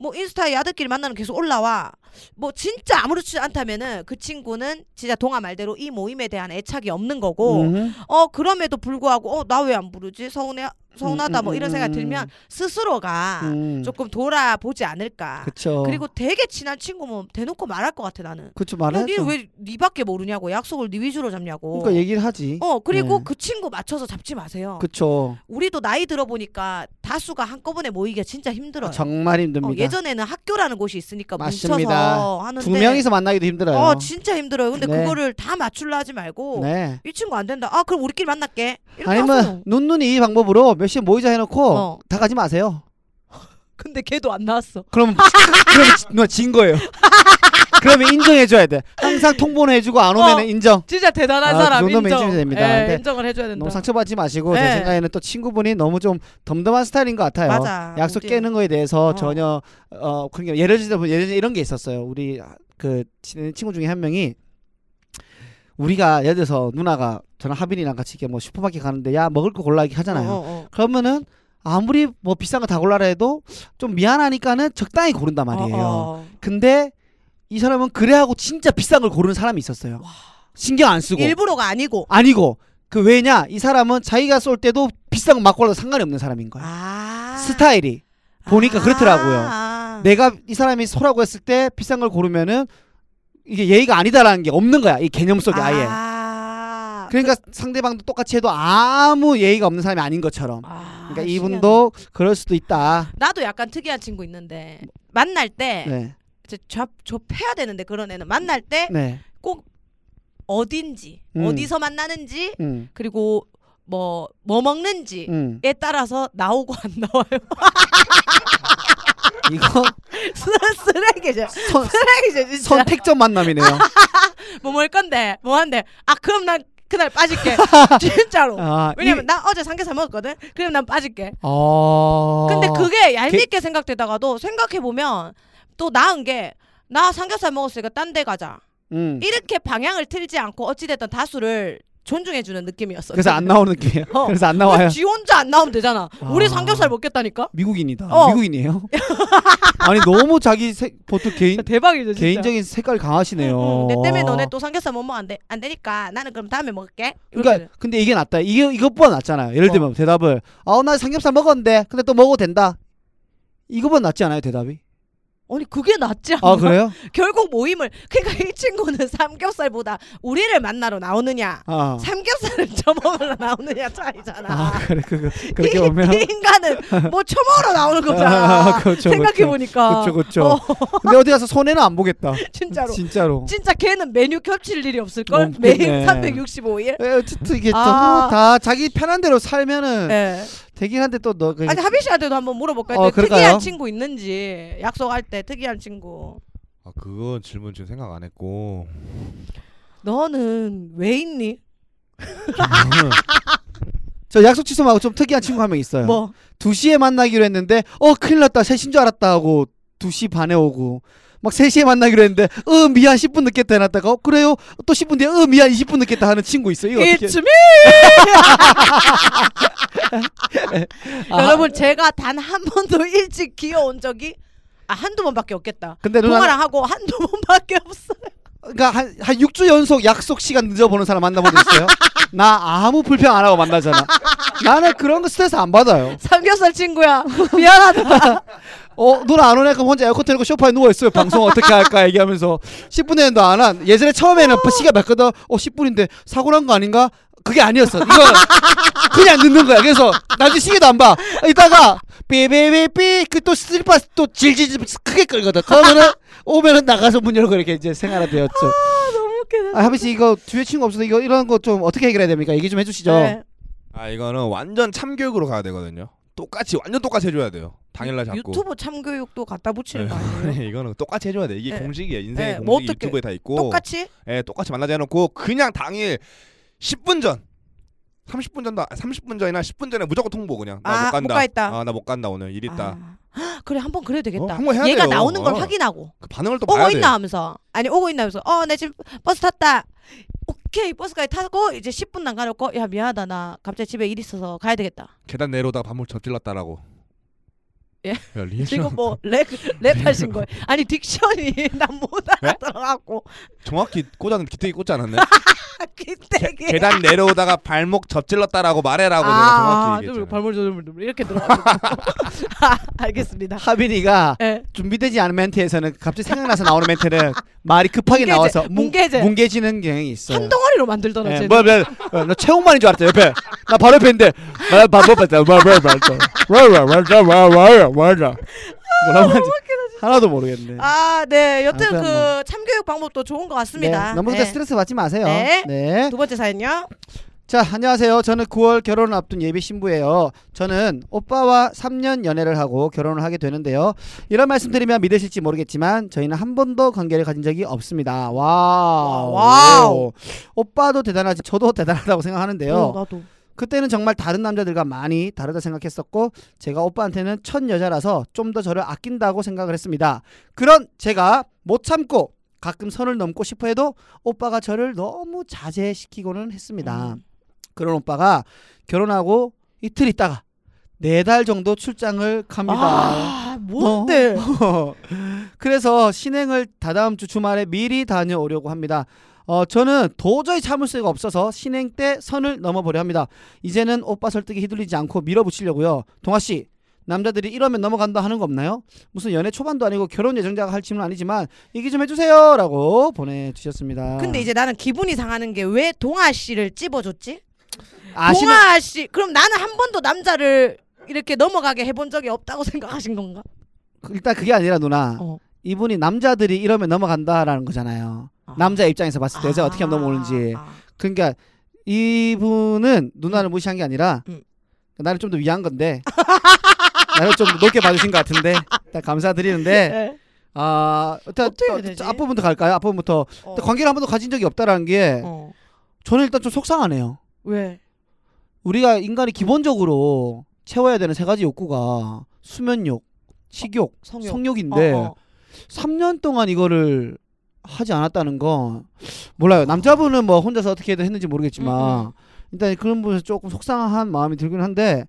Speaker 1: 뭐 인스타에 야들끼리 만나면 계속 올라와. 뭐 진짜 아무렇지 않다면은 그 친구는 진짜 동아 말대로 이 모임에 대한 애착이 없는 거고
Speaker 4: 음.
Speaker 1: 어 그럼에도 불구하고 어 나 왜 안 부르지 서운해 서운하다
Speaker 4: 음,
Speaker 1: 뭐
Speaker 4: 음,
Speaker 1: 이런
Speaker 4: 음,
Speaker 1: 생각이
Speaker 4: 음.
Speaker 1: 들면 스스로가
Speaker 4: 음.
Speaker 1: 조금 돌아보지 않을까.
Speaker 4: 그쵸.
Speaker 1: 그리고 되게 친한 친구면 뭐 대놓고 말할 것 같아 나는.
Speaker 4: 그쵸
Speaker 1: 야,
Speaker 4: 말하죠.
Speaker 1: 니는 왜 니밖에 모르냐고 약속을 니 위주로 잡냐고.
Speaker 4: 그러니까 얘기를 하지.
Speaker 1: 어 그리고
Speaker 4: 네.
Speaker 1: 그 친구 맞춰서 잡지 마세요.
Speaker 4: 그쵸.
Speaker 1: 우리도 나이 들어보니까 다수가 한꺼번에 모이기가 진짜 힘들어요.
Speaker 4: 아, 정말
Speaker 1: 어,
Speaker 4: 힘듭니다.
Speaker 1: 예전에는 학교라는 곳이 있으니까 뭉쳐서
Speaker 4: 맞습니다.
Speaker 1: 하는데
Speaker 4: 두 명이서 만나기도 힘들어요.
Speaker 1: 어 진짜 힘들어요. 근데
Speaker 4: 네.
Speaker 1: 그거를 다 맞출라 하지 말고
Speaker 4: 네.
Speaker 1: 이 친구 안 된다. 아 그럼 우리끼리 만날게. 이렇게 하세요.
Speaker 4: 아니면 눈눈이 이 방법으로 몇 시에 모이자 해놓고
Speaker 1: 어.
Speaker 4: 다 가지 마세요.
Speaker 1: 근데 걔도 안 나왔어.
Speaker 4: 그럼 그럼 누가 진 거예요. 그러면 인정해줘야 돼. 항상 통보는 해주고 안 오면
Speaker 1: 어.
Speaker 4: 은 인정.
Speaker 1: 진짜 대단한
Speaker 4: 아,
Speaker 1: 사람
Speaker 4: 그 정도면
Speaker 1: 인정.
Speaker 4: 인정이 됩니다.
Speaker 1: 예,
Speaker 4: 근데
Speaker 1: 인정을 해줘야 된다.
Speaker 4: 너무 상처받지 마시고
Speaker 1: 네.
Speaker 4: 제 생각에는 또 친구분이 너무 좀 덤덤한 스타일인 것 같아요.
Speaker 1: 맞아.
Speaker 4: 약속
Speaker 1: 우리-
Speaker 4: 깨는 거에 대해서
Speaker 1: 어.
Speaker 4: 전혀 어 그러니까 예를 들자면 예를 들어 이런 게 있었어요. 우리 그 친한 친구 중에 한 명이 우리가 예를 들어서 누나가 저랑 하빈이랑 같이 이렇게 뭐 슈퍼마켓 가는데 야 먹을 거 골라 이렇게 하잖아요.
Speaker 1: 어, 어, 어.
Speaker 4: 그러면은 아무리 뭐 비싼 거 다 골라라 해도 좀 미안하니까는 적당히 고른단 말이에요.
Speaker 1: 어, 어.
Speaker 4: 근데 이 사람은 그래 하고 진짜 비싼 걸 고르는 사람이 있었어요. 신경 안 쓰고
Speaker 1: 일부러가 아니고
Speaker 4: 아니고 그 왜냐 이 사람은 자기가 쏠 때도 비싼 거 막 골라도 상관이 없는 사람인 거야.
Speaker 1: 아.
Speaker 4: 스타일이 보니까 그렇더라고요.
Speaker 1: 아.
Speaker 4: 음. 내가 이 사람이 소라고 했을 때 비싼 걸 고르면은 이게 예의가 아니다라는 게 없는 거야. 이 개념 속에 아예.
Speaker 1: 아.
Speaker 4: 그러니까 상대방도 똑같이 해도 아무 예의가 없는 사람이 아닌 것처럼.
Speaker 1: 아,
Speaker 4: 그러니까
Speaker 1: 신기하네.
Speaker 4: 이분도 그럴 수도 있다.
Speaker 1: 나도 약간 특이한 친구 있는데 만날 때
Speaker 4: 뭐. 네.
Speaker 1: 이제 좁, 좁혀야 되는데 그런 애는 만날 때
Speaker 4: 네.
Speaker 1: 어딘지
Speaker 4: 음.
Speaker 1: 어디서 만나는지
Speaker 4: 음.
Speaker 1: 그리고 뭐 뭐 먹는지에
Speaker 4: 음.
Speaker 1: 따라서 나오고 안 나와요.
Speaker 4: 이거
Speaker 1: 쓰- 쓰레기죠.
Speaker 4: 선,
Speaker 1: 쓰레기죠 진짜.
Speaker 4: 선택적 만남이네요.
Speaker 1: 뭐 먹을 건데 뭐 한데 아 그럼 난 그날 빠질게 진짜로.
Speaker 4: 아,
Speaker 1: 왜냐면
Speaker 4: 이-
Speaker 1: 나 어제 삼겹살 먹었거든. 그럼 난 빠질게.
Speaker 4: 어.
Speaker 1: 근데 그게 얄밉게 생각되다가도 생각해 보면 또 나은 게 나 삼겹살 먹었으니까 딴 데 가자.
Speaker 4: 음.
Speaker 1: 이렇게 방향을 틀지 않고 어찌됐든 다수를 존중해 주는 느낌이었어.
Speaker 4: 그래서 안 나오는 느낌이에요.
Speaker 1: 어.
Speaker 4: 그래서 안 나와요.
Speaker 1: 지 혼자 안 나오면 되잖아.
Speaker 4: 아.
Speaker 1: 우리 삼겹살 먹겠다니까.
Speaker 4: 미국인이다.
Speaker 1: 어.
Speaker 4: 미국인이에요? 아니 너무 자기 색 보통 개인
Speaker 1: 진짜 대박이죠 진짜.
Speaker 4: 개인적인 색깔 강하시네요.
Speaker 1: 응, 응. 내 때문에
Speaker 4: 와.
Speaker 1: 너네 또 삼겹살 못 먹어 안, 돼, 안 되니까 나는 그럼 다음에 먹을게.
Speaker 4: 그러니까
Speaker 1: 이렇게.
Speaker 4: 근데 이게 낫다. 이게 이것보다 낫잖아요. 예를
Speaker 1: 어.
Speaker 4: 들면 대답을 아나 삼겹살 먹었는데 근데 또 먹어도 된다. 이거보다 낫지 않아요 대답이?
Speaker 1: 아니 그게 낫지 않아?
Speaker 4: 아 그래요?
Speaker 1: 결국 모임을 그러니까 이 친구는 삼겹살보다 우리를 만나러 나오느냐
Speaker 4: 아,
Speaker 1: 삼겹살을 처먹으러 나오느냐 차이잖아.
Speaker 4: 아 그래 그거
Speaker 1: 이,
Speaker 4: 그렇게 보면
Speaker 1: 이 인간은 뭐 처먹으러 나오는 거잖아.
Speaker 4: 아, 그렇죠,
Speaker 1: 생각해 보니까
Speaker 4: 그렇죠 그렇죠. 근데 어디 가서 손해는 안 보겠다.
Speaker 1: 진짜로.
Speaker 4: 진짜로.
Speaker 1: 진짜 걔는 메뉴 겹칠 일이 없을 걸
Speaker 4: 없겠네.
Speaker 1: 매일 365일.
Speaker 4: 에, 예, 어쨌든 이게
Speaker 1: 아.
Speaker 4: 전부 다 자기 편한 대로 살면은
Speaker 1: 예.
Speaker 4: 되긴 한데 또너 그
Speaker 1: 아니 하빈 씨한테도 한번 물어볼까요?
Speaker 4: 네. 어, 그럴까요?
Speaker 1: 특이한 친구 있는지 약속할 때 특이한 친구.
Speaker 3: 아 그건 질문 지금 생각 안 했고
Speaker 1: 너는 왜 있니?
Speaker 4: 저 약속 취소 말고 좀 특이한 친구 한 명 있어요.
Speaker 1: 뭐
Speaker 4: 2시에 만나기로 했는데 어 큰일 났다 3시인 줄 알았다 하고 2시 반에 오고 막 3시에 만나기로 했는데 어 미안 10분 늦겠다 해놨다가 어, 그래요 또 10분 뒤에 어 미안 20분 늦겠다 하는 친구 있어요 이거 어떻게
Speaker 1: It's me.
Speaker 4: 아,
Speaker 1: 여러분 제가 단 한 번도 일찍 기어온 적이 아, 한두 번밖에 없겠다.
Speaker 4: 근데 누나
Speaker 1: 동아랑 하고 한두 번밖에 없어.
Speaker 4: 그러니까 한, 한 6주 연속 약속 시간 늦어보는 사람 만나본 적 있어요? 나 아무 불평 안 하고 만나잖아 나는 그런 거 스트레스 안 받아요
Speaker 1: 삼겹살 친구야. 미안하다.
Speaker 4: 어 누나 안 오네 그럼 혼자 에어컨 틀고 소파에 누워있어요 방송 어떻게 할까 얘기하면서 10분 에도 안한 예전에 처음에는 시간 맞거든 어 10분인데 사고 난 거 아닌가 그게 아니었어 이거 그냥 늦는 거야 그래서 나중에 시계도 안봐 이따가 삐삐삐삐 그 또 슬리퍼 또 질질 크게 끌거든 그러면은 오면은 나가서 문 열고 이렇게 이제 생활화되었죠
Speaker 1: 너무 웃겨.
Speaker 4: 아 하빈 씨 이거 뒤에 친구 없어서 이거 이런 거 좀 어떻게 해결해야 됩니까 얘기 좀 해주시죠
Speaker 1: 네.
Speaker 3: 아 이거는 완전 참교육으로 가야 되거든요. 똑같이 완전 똑같이 해줘야 돼요. 당일날 잡고.
Speaker 1: 유튜브 참교육도 갖다 붙이는 거 아니에요?
Speaker 3: 네, 이거는 똑같이 해줘야 돼. 이게
Speaker 1: 네.
Speaker 3: 공식이야. 인생의
Speaker 1: 네,
Speaker 3: 공식이
Speaker 1: 뭐 어떻게-
Speaker 3: 유튜브에 다 있고.
Speaker 1: 똑같이?
Speaker 3: 예, 똑같이 만나자 해놓고 그냥 당일 10분 전. 30분 전다. 30분 전이나 10분 전에 무조건 통보 그냥. 나
Speaker 1: 아,
Speaker 3: 못
Speaker 1: 못
Speaker 3: 간다.
Speaker 1: 가겠다.
Speaker 3: 아, 나 못 간다. 오늘 일 있다.
Speaker 1: 아, 그래 한 번 그래도
Speaker 3: 어,
Speaker 1: 되겠다.
Speaker 3: 한번 해야
Speaker 1: 얘가
Speaker 3: 돼요.
Speaker 1: 나오는 걸
Speaker 3: 어.
Speaker 1: 확인하고
Speaker 3: 그 반응을 또
Speaker 1: 오고
Speaker 3: 봐야 돼.
Speaker 1: 어, 뭐 있나 하면서 아니 오고 있나 하면서 어 나 지금 버스 탔다. 오케이 버스까지 타고 이제 10분 남가놓고 야 미안하다 나 갑자기 집에 일 있어서 가야 되겠다.
Speaker 3: 계단 내려오다가 밥물 접질렀다라고.
Speaker 1: 예?
Speaker 3: 야, 리액션.
Speaker 1: 지금 뭐랩랩 하신 거예요? 아니 딕션이 난 못
Speaker 3: 네?
Speaker 1: 알아들어갖고
Speaker 3: 정확히 꽂았는 기특이 꽂지 않았네.
Speaker 1: 기대게.
Speaker 3: 계단 내려오다가 발목 접질렀다라고 말해라고 내가
Speaker 1: 예. 아,
Speaker 3: 정확히
Speaker 1: 좀
Speaker 3: 얘기했잖아.
Speaker 1: 발목 조절물 이렇게 들어가. 알겠습니다.
Speaker 4: 하빈이가
Speaker 1: 예.
Speaker 4: 준비되지 않은 멘트에서는 갑자기 생각나서 나오는 멘트는 말이 급하게
Speaker 1: 뭉개져,
Speaker 4: 나와서 뭉-
Speaker 1: 뭉개져.
Speaker 4: 뭉개지는 경향이 있어요.
Speaker 1: 한 덩어리로 만들더라.
Speaker 4: 예,
Speaker 1: 쟤는.
Speaker 4: 뭐야, 뭐야, 뭐야, 나 최홍만인 줄 알았다 옆에 나 바로 옆에 있는데 나 바로 옆에 있다 뭐야 뭐야 뭐야 뭐야 뭐야 뭐야 뭐야 뭐야 뭐야 뭐야 뭐라고 하는지 하나도 모르겠네
Speaker 1: 아, 네. 여튼
Speaker 4: 아, 그럼
Speaker 1: 그 참교육 방법도 좋은 것 같습니다.
Speaker 4: 네, 너무
Speaker 1: 네.
Speaker 4: 스트레스 받지 마세요
Speaker 1: 네.
Speaker 4: 네.
Speaker 1: 두 번째 사연요.
Speaker 4: 자, 안녕하세요. 저는 9월 결혼을 앞둔 예비 신부예요. 저는 오빠와 3년 연애를 하고 결혼을 하게 되는데요. 이런 말씀 드리면 믿으실지 모르겠지만 저희는 한 번도 관계를 가진 적이 없습니다. 와우.
Speaker 1: 와우.
Speaker 4: 오빠도 대단하지 저도 대단하다고 생각하는데요.
Speaker 1: 어, 나도.
Speaker 4: 그때는 정말 다른 남자들과 많이 다르다 생각했었고 제가 오빠한테는 첫 여자라서 좀 더 저를 아낀다고 생각을 했습니다. 그런 제가 못 참고 가끔 선을 넘고 싶어 해도 오빠가 저를 너무 자제시키고는 했습니다.
Speaker 1: 음.
Speaker 4: 그런 오빠가 결혼하고 이틀 있다가 네 달 정도 출장을 갑니다.
Speaker 1: 아, 뭔데?
Speaker 4: 어? 그래서 신행을 다다음 주 주말에 미리 다녀오려고 합니다. 어, 저는 도저히 참을 수가 없어서 신행 때 선을 넘어보려 합니다. 이제는 오빠 설득에 휘둘리지 않고 밀어붙이려고요. 동아 씨, 남자들이 이러면 넘어간다 하는 거 없나요? 무슨 연애 초반도 아니고 결혼 예정자가 할 질문 아니지만 얘기 좀 해주세요라고 보내주셨습니다.
Speaker 1: 근데 이제 나는 기분이 상하는 게 왜 동아 씨를 찝어줬지?
Speaker 4: 아시는
Speaker 1: 동아 씨 그럼 나는 한 번도 남자를 이렇게 넘어가게 해본 적이 없다고 생각하신 건가?
Speaker 4: 일단 그게 아니라 누나
Speaker 1: 어.
Speaker 4: 이분이 남자들이 이러면 넘어간다라는 거잖아요.
Speaker 1: 아.
Speaker 4: 남자 입장에서 봤을 때 여자 가 어떻게 하면 넘어오는지. 그러니까 이분은 누나를 무시한 게 아니라
Speaker 1: 음.
Speaker 4: 나를 좀 더 위한 건데 나를 좀 높게 봐주신 것 같은데 일단 감사드리는데 아 일단
Speaker 1: 네. 어떻게
Speaker 4: 또-
Speaker 1: 해야 되지?
Speaker 4: 앞부분부터 갈까요? 앞부분부터 일단 관계를 한 번도 가진 적이 없다라는 게
Speaker 1: 어.
Speaker 4: 저는 일단 좀 속상하네요.
Speaker 1: 왜?
Speaker 4: 우리가 인간이 기본적으로 채워야 되는 세 가지 욕구가 수면욕, 식욕,
Speaker 1: 어, 성욕.
Speaker 4: 성욕인데 3년 동안 이거를 하지 않았다는 건 몰라요. 남자분은 뭐 혼자서 어떻게 했는지 모르겠지만
Speaker 1: 아. 음, 음.
Speaker 4: 일단 그런 분에서 조금 속상한 마음이 들긴 한데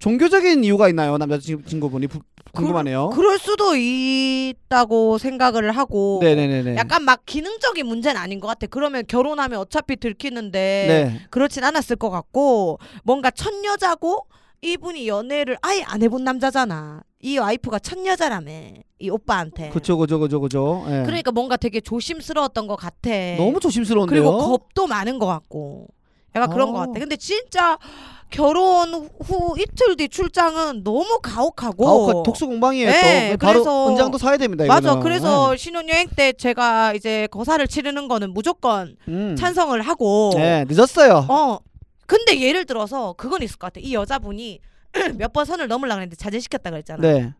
Speaker 4: 종교적인 이유가 있나요? 남자친구분이 부- 궁금하네요.
Speaker 1: 어. 그럴 수도 있다고 생각을 하고
Speaker 4: 네네네네.
Speaker 1: 약간 막 기능적인 문제는 아닌 것 같아. 그러면 결혼하면 어차피 들키는데
Speaker 4: 네.
Speaker 1: 그렇진 않았을 것 같고 뭔가 첫 여자고 이분이 연애를 아예 안 해본 남자잖아. 이 와이프가 첫 여자라며 이 오빠한테.
Speaker 4: 그쵸 그쵸 그쵸 그쵸. 예.
Speaker 1: 그러니까 뭔가 되게 조심스러웠던 것 같아.
Speaker 4: 너무 조심스러운데요.
Speaker 1: 그리고 겁도 많은 것 같고 약간 그런
Speaker 4: 어.
Speaker 1: 것 같아. 근데 진짜 결혼 후 이틀 뒤 출장은 너무 가혹하고.
Speaker 4: 아홉 그 독수 공방이에요.
Speaker 1: 네,
Speaker 4: 또 바로
Speaker 1: 그래서-
Speaker 4: 은장도 사야 됩니다. 이거는.
Speaker 1: 맞아. 그래서 신혼여행 때 제가 이제 거사를 치르는 거는 무조건
Speaker 4: 네. 음.
Speaker 1: 찬성을 하고.
Speaker 4: 네 늦었어요.
Speaker 1: 어. 근데 예를 들어서 그건 있을 것 같아. 이 여자분이 몇 번 선을 넘으려고 했는데 자제시켰다 그랬잖아.
Speaker 4: 네.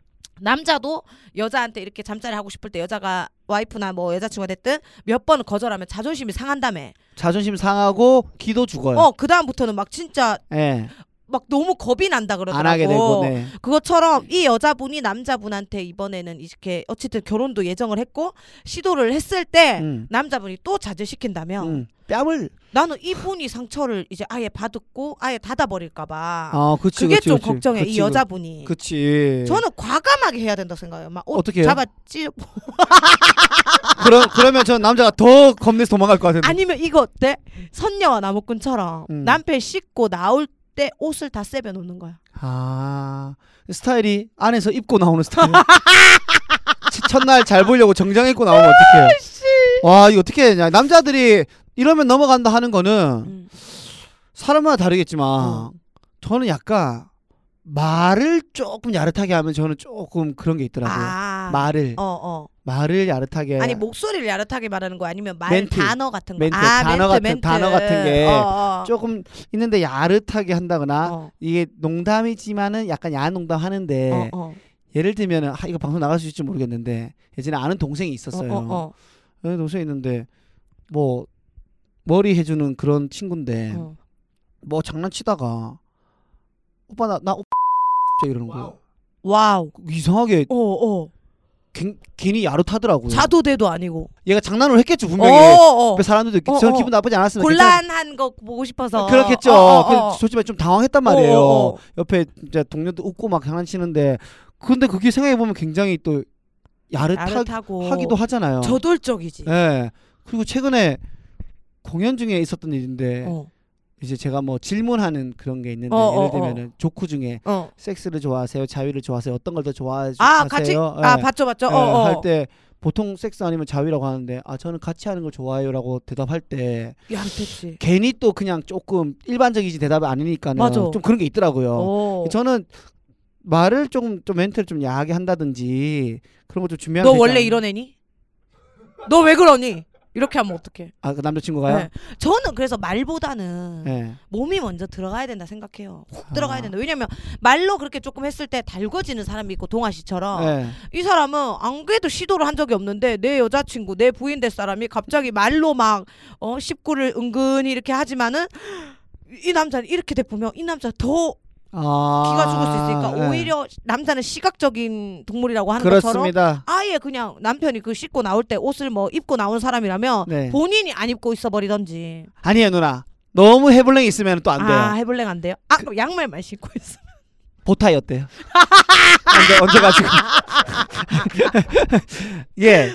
Speaker 1: 남자도 여자한테 이렇게 잠자리 하고 싶을 때 여자가 와이프나 뭐 여자친구가 됐든 몇 번 거절하면 자존심이
Speaker 4: 네.
Speaker 1: 상한다며.
Speaker 4: 자존심 상하고 기도 죽어요.
Speaker 1: 어, 그다음부터는 막 진짜
Speaker 4: 네.
Speaker 1: 막 너무 겁이 난다 그러더라고.
Speaker 4: 안 하게 되고. 네.
Speaker 1: 그것처럼 이 여자분이 남자분한테 이번에는 이렇게 어쨌든 결혼도 예정을 했고 시도를 했을 때
Speaker 4: 음.
Speaker 1: 남자분이 또 자제시킨다면
Speaker 4: 음. 뺨을.
Speaker 1: 나는 이분이 상처를 이제 아예 받았고 아예 닫아버릴까 봐.
Speaker 4: 아, 그치,
Speaker 1: 그게
Speaker 4: 그치,
Speaker 1: 좀
Speaker 4: 그치.
Speaker 1: 걱정해
Speaker 4: 그치,
Speaker 1: 이 여자분이.
Speaker 4: 그치.
Speaker 1: 저는 과감하게 해야 된다 생각해요. 막옷
Speaker 4: 어떻게 해요? 네,
Speaker 1: 잡았지?
Speaker 4: 아. 그러, 그러면 전 남자가 더 겁내서 도망갈 것 같은데.
Speaker 1: 아니면 이거 어때? 선녀와 나무꾼처럼
Speaker 4: 뭐. 음.
Speaker 1: 남편 씻고 나올 때 옷을 다 세벼 놓는 거야.
Speaker 4: 아 스타일이 안에서 입고 나오는 스타일. 치- 첫날 잘 보려고 정장 입고 나오면 어떡해. 와, 이거 어떻게 해야 되냐. 남자들이 이러면 넘어간다 하는 거는
Speaker 1: 음.
Speaker 4: 사람마다 다르겠지만
Speaker 1: 음.
Speaker 4: 저는 약간 말을 조금 야릇하게 하면 저는 조금 그런 게 있더라고요.
Speaker 1: 아.
Speaker 4: 말을
Speaker 1: 어 어.
Speaker 4: 말을 야릇하게
Speaker 1: 아니 뭐. 목소리를 야릇하게 말하는 거 아니면 말
Speaker 4: 멘트.
Speaker 1: 단어 같은 거.
Speaker 4: 멘트,
Speaker 1: 아,
Speaker 4: 단어
Speaker 1: 멘트,
Speaker 4: 같은-
Speaker 1: 멘트.
Speaker 4: 단어 같은 게 아,
Speaker 1: 어, 어.
Speaker 4: 조금 있는데 야릇하게 한다거나
Speaker 1: 어,
Speaker 4: 이게 농담이지만은 약간 야한 농담 하는데
Speaker 1: 어, 어.
Speaker 4: 예를 들면은 아, 이거 방송 나갈 수 있을지 모르겠는데 예전에 아는 동생이 있었어요.
Speaker 1: 어, 어, 어.
Speaker 4: 예, 동생 있는데 뭐 머리 해주는 그런 친구인데
Speaker 1: 어.
Speaker 4: 뭐 장난치다가 오빠 나 나 오빠 이러는 거
Speaker 1: 와우.
Speaker 4: 이상하게
Speaker 1: 어, 어.
Speaker 4: 괜, 괜히 야릇하더라고요.
Speaker 1: 자도대도 아니고.
Speaker 4: 얘가 장난으로 했겠죠 분명히.
Speaker 1: 어, 어.
Speaker 4: 옆에 사람들도 있겠지.
Speaker 1: 어,
Speaker 4: 저는
Speaker 1: 어.
Speaker 4: 기분 나쁘지 않았습니다.
Speaker 1: 곤란한 거 보고 싶어서.
Speaker 4: 괜찮- 그렇겠죠.
Speaker 1: 어, 어, 어.
Speaker 4: 그 솔직히 좀 당황했단 말이에요.
Speaker 1: 어, 어, 어.
Speaker 4: 옆에 이제 동료도 웃고 막 장난치는데 근데 그게 생각해 보면 굉장히 또 야릇하,
Speaker 1: 야릇하고
Speaker 4: 하기도 하잖아요.
Speaker 1: 저돌적이지.
Speaker 4: 예. 그리고 최근에 공연 중에 있었던 일인데
Speaker 1: 어.
Speaker 4: 이제 제가 뭐 질문하는 그런 게 있는데
Speaker 1: 어, 어,
Speaker 4: 예를
Speaker 1: 어.
Speaker 4: 들면은 조크 중에
Speaker 1: 어.
Speaker 4: 섹스를 좋아하세요, 자위를 좋아하세요, 어떤 걸 더 좋아하세요? 예. 네.
Speaker 1: 아, 같이 아, 봤죠, 봤죠. 어, 어.
Speaker 4: 할 때 보통 섹스 아니면 자위라고 하는데 아 저는 같이 하는 걸 좋아해요라고 대답할 때
Speaker 1: 야릇했지.
Speaker 4: 괜히 또 그냥 조금 일반적이지 대답이 아니니까는
Speaker 1: 맞아.
Speaker 4: 좀 그런 게 있더라고요.
Speaker 1: 어.
Speaker 4: 저는 말을 좀, 좀 멘트를 좀 야하게 한다든지 그런 거 좀 준비하면
Speaker 1: 너
Speaker 4: 되지
Speaker 1: 원래
Speaker 4: 않나?
Speaker 1: 이런 애니? 너 왜 그러니? 이렇게 하면 어떡해?
Speaker 4: 아, 그 남자친구가요?
Speaker 1: 네. 저는 그래서 말보다는
Speaker 4: 네.
Speaker 1: 몸이 먼저 들어가야 된다 생각해요. 훅
Speaker 4: 아.
Speaker 1: 들어가야 된다. 왜냐면 말로 그렇게 조금 했을 때 달궈지는 사람이 있고 동아 씨처럼
Speaker 4: 네.
Speaker 1: 이 사람은 안 그래도 시도를 한 적이 없는데 내 여자친구, 내 부인 될 사람이 갑자기 말로 막 어, 19를 은근히 이렇게 하지만은 이 남자는 이렇게 돼 보면 이 남자 더
Speaker 4: 아,
Speaker 1: 기가 죽을 수 있으니까
Speaker 4: 네.
Speaker 1: 오히려 남자는 시각적인 동물이라고 하는 것처럼
Speaker 4: 그렇습니다.
Speaker 1: 아예 그냥 남편이 그 씻고 나올 때 옷을 뭐 입고 나온 사람이라면
Speaker 4: 네.
Speaker 1: 본인이 안 입고 있어 버리던지
Speaker 4: 아니에요 누나. 너무 해블랭 있으면 또 안 돼요.
Speaker 1: 아 해볼랭 안 돼요? 아 그럼 양말만 신고 있어.
Speaker 4: 보타이 어때요? 언제 언제 가지고? 예.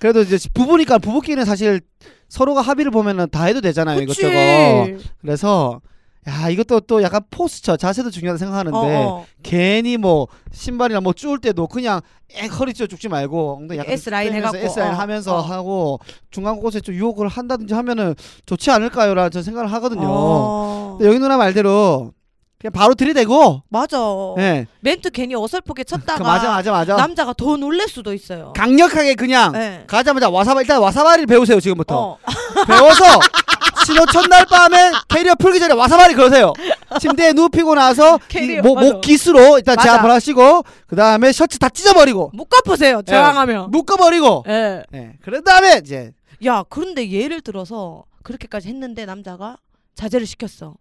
Speaker 4: 그래도 이제 부부니까 부부끼리는 사실 서로가 합의를 보면은 다 해도 되잖아요
Speaker 1: 그치. 어,
Speaker 4: 이것저것. 그래서 야 이것도 또 약간 포스처 자세도 중요하다 생각하는데
Speaker 1: 어, 어.
Speaker 4: 괜히 뭐 신발이나 뭐 쭈울 때도 그냥 엥 허리 찢어 죽지 말고 엉덩이 약간
Speaker 1: S 라인
Speaker 4: 빼면서
Speaker 1: 해갖고,
Speaker 4: S 라인
Speaker 1: 어,
Speaker 4: 하면서
Speaker 1: 어.
Speaker 4: 하고 중간 곳에 좀 유혹을 한다든지 하면은 좋지 않을까요라 저는 생각을 하거든요. 네.
Speaker 1: 어.
Speaker 4: 근데 여기 누나 말대로 그냥 바로 들이대고
Speaker 1: 맞아.
Speaker 4: 예그
Speaker 1: 멘트 괜히 어설프게 쳤다가
Speaker 4: 맞아 맞아 맞아
Speaker 1: 어. 남자가 더 놀랄 수도 있어요.
Speaker 4: 강력하게 그냥
Speaker 1: 예.
Speaker 4: 가자마자 와사바 일단 와사바를 배우세요 지금부터
Speaker 1: 어.
Speaker 4: 배워서 신호 첫날 밤에 캐리어 풀기 전에 와사바리 걸으세요. 침대에 눕히고 나서 이
Speaker 1: 캐리어,
Speaker 4: 목,
Speaker 1: 맞아.
Speaker 4: 목 기수로 일단
Speaker 1: 맞아.
Speaker 4: 제압을 하시고 그 다음에 셔츠 다 찢어버리고 예.
Speaker 1: 묶어보세요. 저항하면.
Speaker 4: 묶어버리고
Speaker 1: 예.
Speaker 4: 예. 그런 다음에 이제
Speaker 1: 야, 그런데 예를 들어서 그렇게까지 했는데 남자가 자제를 시켰어.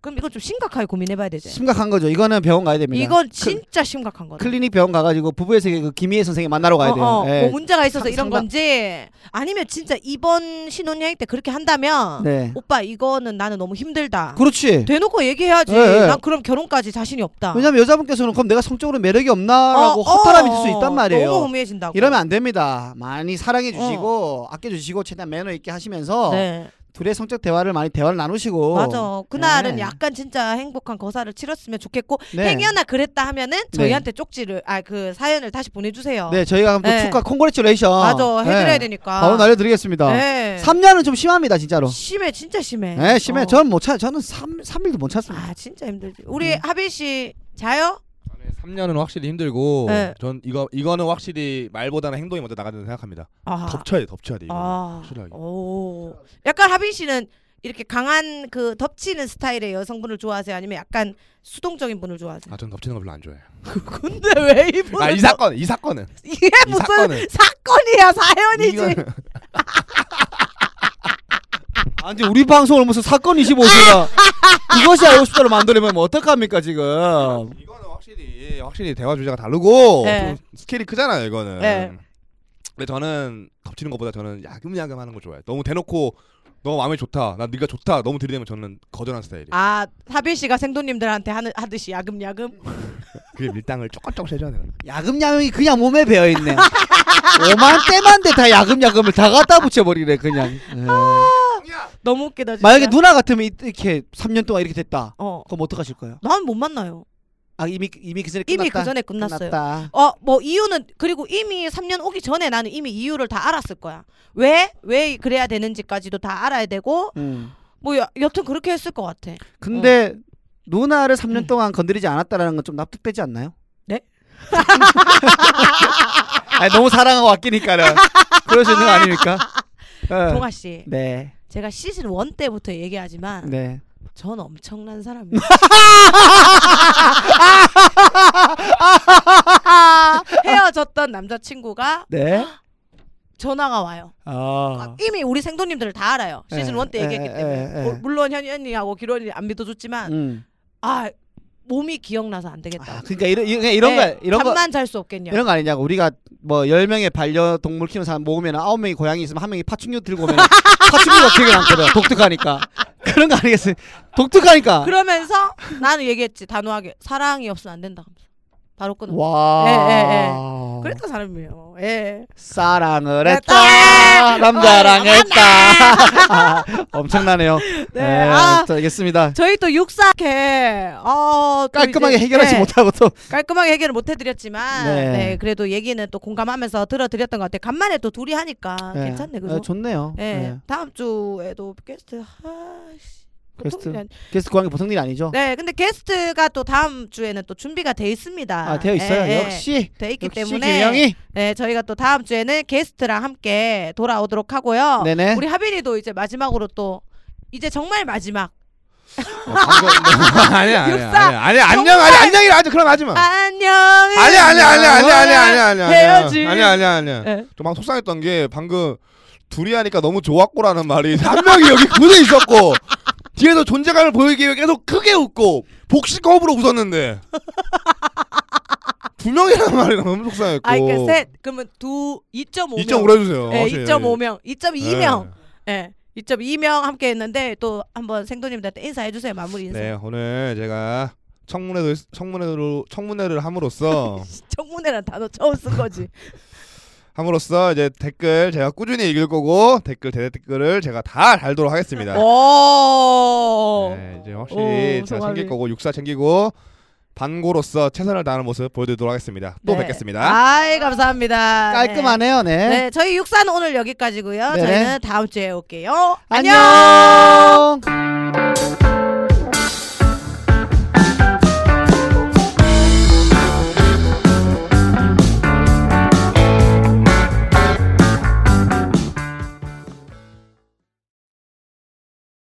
Speaker 1: 그럼 이건 좀 심각하게 고민해봐야 되지.
Speaker 4: 심각한 거죠. 이거는 병원 가야 됩니다.
Speaker 1: 네. 이건 진짜 심각한 거다.
Speaker 4: 클리닉 병원 가가지고 부부의 세계 그 김희애 선생님 만나러 가야 돼요.
Speaker 1: 어, 어.
Speaker 4: 예.
Speaker 1: 뭐 문제가 있어서
Speaker 4: 상-
Speaker 1: 이런
Speaker 4: 상담-
Speaker 1: 건지 아니면 진짜 이번 신혼여행 때 그렇게 한다면
Speaker 4: 네.
Speaker 1: 오빠 이거는 나는 너무 힘들다.
Speaker 4: 그렇지.
Speaker 1: 대놓고 얘기해야지.
Speaker 4: 예, 예.
Speaker 1: 난 그럼 결혼까지 자신이 없다.
Speaker 4: 왜냐면 여자분께서는 그럼 내가 성적으로 매력이
Speaker 1: 어,
Speaker 4: 없나라고
Speaker 1: 어,
Speaker 4: 허탈함이 들 수 있단
Speaker 1: 너무
Speaker 4: 말이에요.
Speaker 1: 허무해진다고. 어.
Speaker 4: 이러면 안 됩니다. 많이 사랑해 주시고 아껴 주시고 최대한 매너 있게 하시면서
Speaker 1: 네.
Speaker 4: 둘의 성적 대화를 많이 대화를 나누시고
Speaker 1: 맞아. 그날은
Speaker 4: 어. 네.
Speaker 1: 약간 진짜 행복한 거사를 치렀으면 좋겠고
Speaker 4: 네.
Speaker 1: 행여나 그랬다 하면은 저희한테 쪽지를 아 그 사연을 다시 보내주세요.
Speaker 4: 네, 저희가 또
Speaker 1: 네.
Speaker 4: 축하 콩그레츄레이션.
Speaker 1: 맞아 해드려야
Speaker 4: 네.
Speaker 1: 되니까.
Speaker 4: 바로 날려드리겠습니다.
Speaker 1: 네.
Speaker 4: 3년은 좀 심합니다, 진짜로.
Speaker 1: 심해 진짜 심해.
Speaker 4: 네, 심해.
Speaker 1: 어.
Speaker 4: 저는 못 참, 저는 3, 삼일도못 참습니다.
Speaker 1: 아 진짜 힘들지. 우리 하빈 씨 자요?
Speaker 3: 3년은 확실히 힘들고
Speaker 1: 네.
Speaker 3: 전 이거 이거는 확실히 말보다는 행동이 먼저 나가는 생각합니다.
Speaker 1: 아.
Speaker 3: 덮쳐야 돼, 덮쳐야 돼. 이거는.
Speaker 1: 아.
Speaker 3: 확실하게.
Speaker 1: 오. 약간 하빈 씨는 이렇게 강한 그 덮치는 스타일의 여성분을 좋아하세요? 아니면 약간 수동적인 분을 좋아하세요?
Speaker 3: 아, 전 덮치는 거 별로 안 좋아해요.
Speaker 1: 근데 왜 이분?
Speaker 3: 아, 이 사건, 이 사건은
Speaker 1: 이게
Speaker 3: 이
Speaker 1: 무슨
Speaker 3: 사건은
Speaker 1: 사건이야 사연이지.
Speaker 3: 이거는
Speaker 2: 아, 근데 우리 방송을 무슨 사건 25시가
Speaker 4: 아!
Speaker 2: 이것이 알고 싶다로 만들려면 뭐 어떡합니까 지금?
Speaker 3: 이거는 확실히 확실히 대화 주제가 다르고
Speaker 1: 네.
Speaker 3: 좀 스케일이 크잖아요, 이거는.
Speaker 1: 네.
Speaker 3: 근데 저는 덮치는 것보다 저는 야금야금 하는 거 좋아해요. 너무 대놓고 너무 마음에 좋다. 나 네가 좋다. 너무 들이대면 저는 거절하는 스타일이에요.
Speaker 1: 아 하빈 씨가 생도님들한테 하는 하듯이 야금야금.
Speaker 3: 그게 밀당을 조금조금씩 해줘야 돼요.
Speaker 4: 야금야금이 그냥 몸에 배어 있네. 오만 때만데 다 야금야금을 다 갖다 붙여버리네 그냥. 예.
Speaker 2: 아,
Speaker 1: 너무 웃기다. 진짜.
Speaker 4: 만약에 누나 같으면 이- 이렇게 3년 동안 이렇게 됐다.
Speaker 1: 어.
Speaker 4: 그럼 어떡하실 거예요?
Speaker 1: 난 못 만나요.
Speaker 4: 아 이미 이미 그 전에 끝났다.
Speaker 1: 이미 그 전에 끝났어요.
Speaker 4: 끝났다.
Speaker 1: 어 뭐 이유는 그리고 이미 3년 오기 전에 나는 이미 이유를 다 알았을 거야. 왜 왜 그래야 되는지까지도 다 알아야 되고
Speaker 4: 음.
Speaker 1: 뭐 여, 여튼 그렇게 했을 것 같아.
Speaker 4: 네. 근데
Speaker 1: 어.
Speaker 4: 누나를 3년
Speaker 1: 음.
Speaker 4: 동안 건드리지 않았다라는 건 좀 납득되지 않나요?
Speaker 1: 네?
Speaker 4: 아니, 너무 사랑하고 아끼니까는 그럴 수 있는 거 아닙니까? 어.
Speaker 1: 동아 씨,
Speaker 4: 네,
Speaker 1: 제가 시즌 1 때부터 얘기하지만
Speaker 4: 네.
Speaker 1: 전 엄청난 사람이에요. 헤어졌던 남자친구가
Speaker 4: 네.
Speaker 1: 전화가 와요.
Speaker 4: 아.
Speaker 1: 이미 우리 생도님들을 다 알아요. 시즌
Speaker 4: 예,
Speaker 1: 1 때
Speaker 4: 예,
Speaker 1: 얘기했기
Speaker 4: 예,
Speaker 1: 때문에 뭐,
Speaker 4: 예.
Speaker 1: 물- 물론 현이 언니하고 기로 언니 안 믿어줬지만
Speaker 4: 음.
Speaker 1: 아 몸이 기억나서 안 되겠다.
Speaker 4: 아, 그러니까 이런 이런 이런
Speaker 1: 네,
Speaker 4: 거 이런 거
Speaker 1: 잠만 잘 수 없겠냐.
Speaker 4: 이런 거 아니냐고. 우리가 뭐 10명의 반려동물 키우는 사람 모으면 9명이 고양이 있으면 한 명이 파충류 들고 오면 파충류가 기억이 남거든. 독특하니까. 그런 거 아니겠어요? 독특하니까.
Speaker 1: 그러면서 나는 얘기했지 단호하게 사랑이 없으면 안 된다. 하면서. 바로 끊어.
Speaker 4: 와.
Speaker 1: 예, 예, 그랬던 사람이에요. 예.
Speaker 4: 사랑을
Speaker 1: 했다.
Speaker 4: 했다.
Speaker 1: 아, 어,
Speaker 4: 남자랑 했다. 아, 엄청나네요.
Speaker 1: 네,
Speaker 4: 네.
Speaker 1: 아.
Speaker 4: 알겠습니다.
Speaker 1: 저희 또 육사회 어, 또
Speaker 4: 깔끔하게
Speaker 1: 이제-
Speaker 4: 해결하지
Speaker 1: 네,
Speaker 4: 못하고 또
Speaker 1: 깔끔하게 해결을 못 해드렸지만 네.
Speaker 4: 네.
Speaker 1: 그래도 얘기는 또 공감하면서 들어드렸던 것 같아요. 간만에 또 둘이 하니까
Speaker 4: 네.
Speaker 1: 괜찮네
Speaker 4: 아,
Speaker 1: 그죠?
Speaker 4: 좋네요.
Speaker 1: 예.
Speaker 4: 네.
Speaker 1: 다음 주에도 게스트 아, 하씨.
Speaker 4: 게스트? 게스트 구한 게 보통 일
Speaker 3: 어.
Speaker 4: 아니죠?
Speaker 1: 네, 근데 게스트가 또 다음 주에는 또 준비가 돼 있습니다.
Speaker 4: 아, 되어 있어요.
Speaker 1: 예, 예.
Speaker 4: 역시.
Speaker 1: 돼 있기
Speaker 4: 역시
Speaker 1: 때문에
Speaker 4: 김영희.
Speaker 1: 네, 저희가 또 다음 주에는 게스트랑 함께 돌아오도록 하고요.
Speaker 4: 네네.
Speaker 1: 우리 하빈이도 이제 마지막으로 또 이제 정말 마지막
Speaker 3: 어, 방금 뭐, 아니야, 아니야,
Speaker 1: 육사.
Speaker 3: 아니야, 아니야, 안녕,
Speaker 1: 정말.
Speaker 3: 아니야, 안녕이라 하지. 그럼 하지 마.
Speaker 1: 안녕.
Speaker 3: 어. 아니야, 아니야, 아니야, 아니야, 아니야, 아니야, 아니야,
Speaker 1: 헤어질.
Speaker 3: 아니야, 아니야, 아니야, 아니야.
Speaker 1: 예.
Speaker 3: 저막 속상했던 게 방금 둘이 하니까 너무 좋았고라는 말이 한 명이 여기 굳어 있었고 뒤에서 존재감을 보이기 위해 계속 크게 웃고 복식 거부로 웃었는데 두 명이라는 말이 너무 속상했고.
Speaker 1: 아, 그러니까 셋. 그러면 두 2.5명.
Speaker 3: 2.5로 해주세요. 어, 예,
Speaker 1: 네,
Speaker 3: 확실히.
Speaker 1: 2.5명, 2.2명.
Speaker 3: 네.
Speaker 1: 예. 2.2명 함께 했는데 또 한번 생도님들한테 인사해 주세요. 마무리 인사.
Speaker 3: 네 오늘 제가 청문회도 청문회로 청문회를 함으로써
Speaker 1: 청문회란 단어 처음 쓴 거지.
Speaker 3: 함으로써 이제 댓글 제가 꾸준히 읽을 거고 댓글 대댓 댓글을 제가 다 달도록
Speaker 1: 어,
Speaker 3: 하겠습니다.
Speaker 1: 오.
Speaker 3: 네, 이제 확실히
Speaker 1: 오,
Speaker 3: 제가
Speaker 1: 성함이.
Speaker 3: 챙길 거고 육사 챙기고 반고로서 최선을 다하는 모습 보여드리도록 하겠습니다. 또
Speaker 1: 네.
Speaker 3: 뵙겠습니다.
Speaker 1: 아이 감사합니다.
Speaker 4: 깔끔하네요,
Speaker 1: 네.
Speaker 4: 네.
Speaker 1: 네, 저희 육사는 오늘 여기까지고요.
Speaker 4: 네.
Speaker 1: 저희는 다음 주에 올게요.
Speaker 4: 안녕.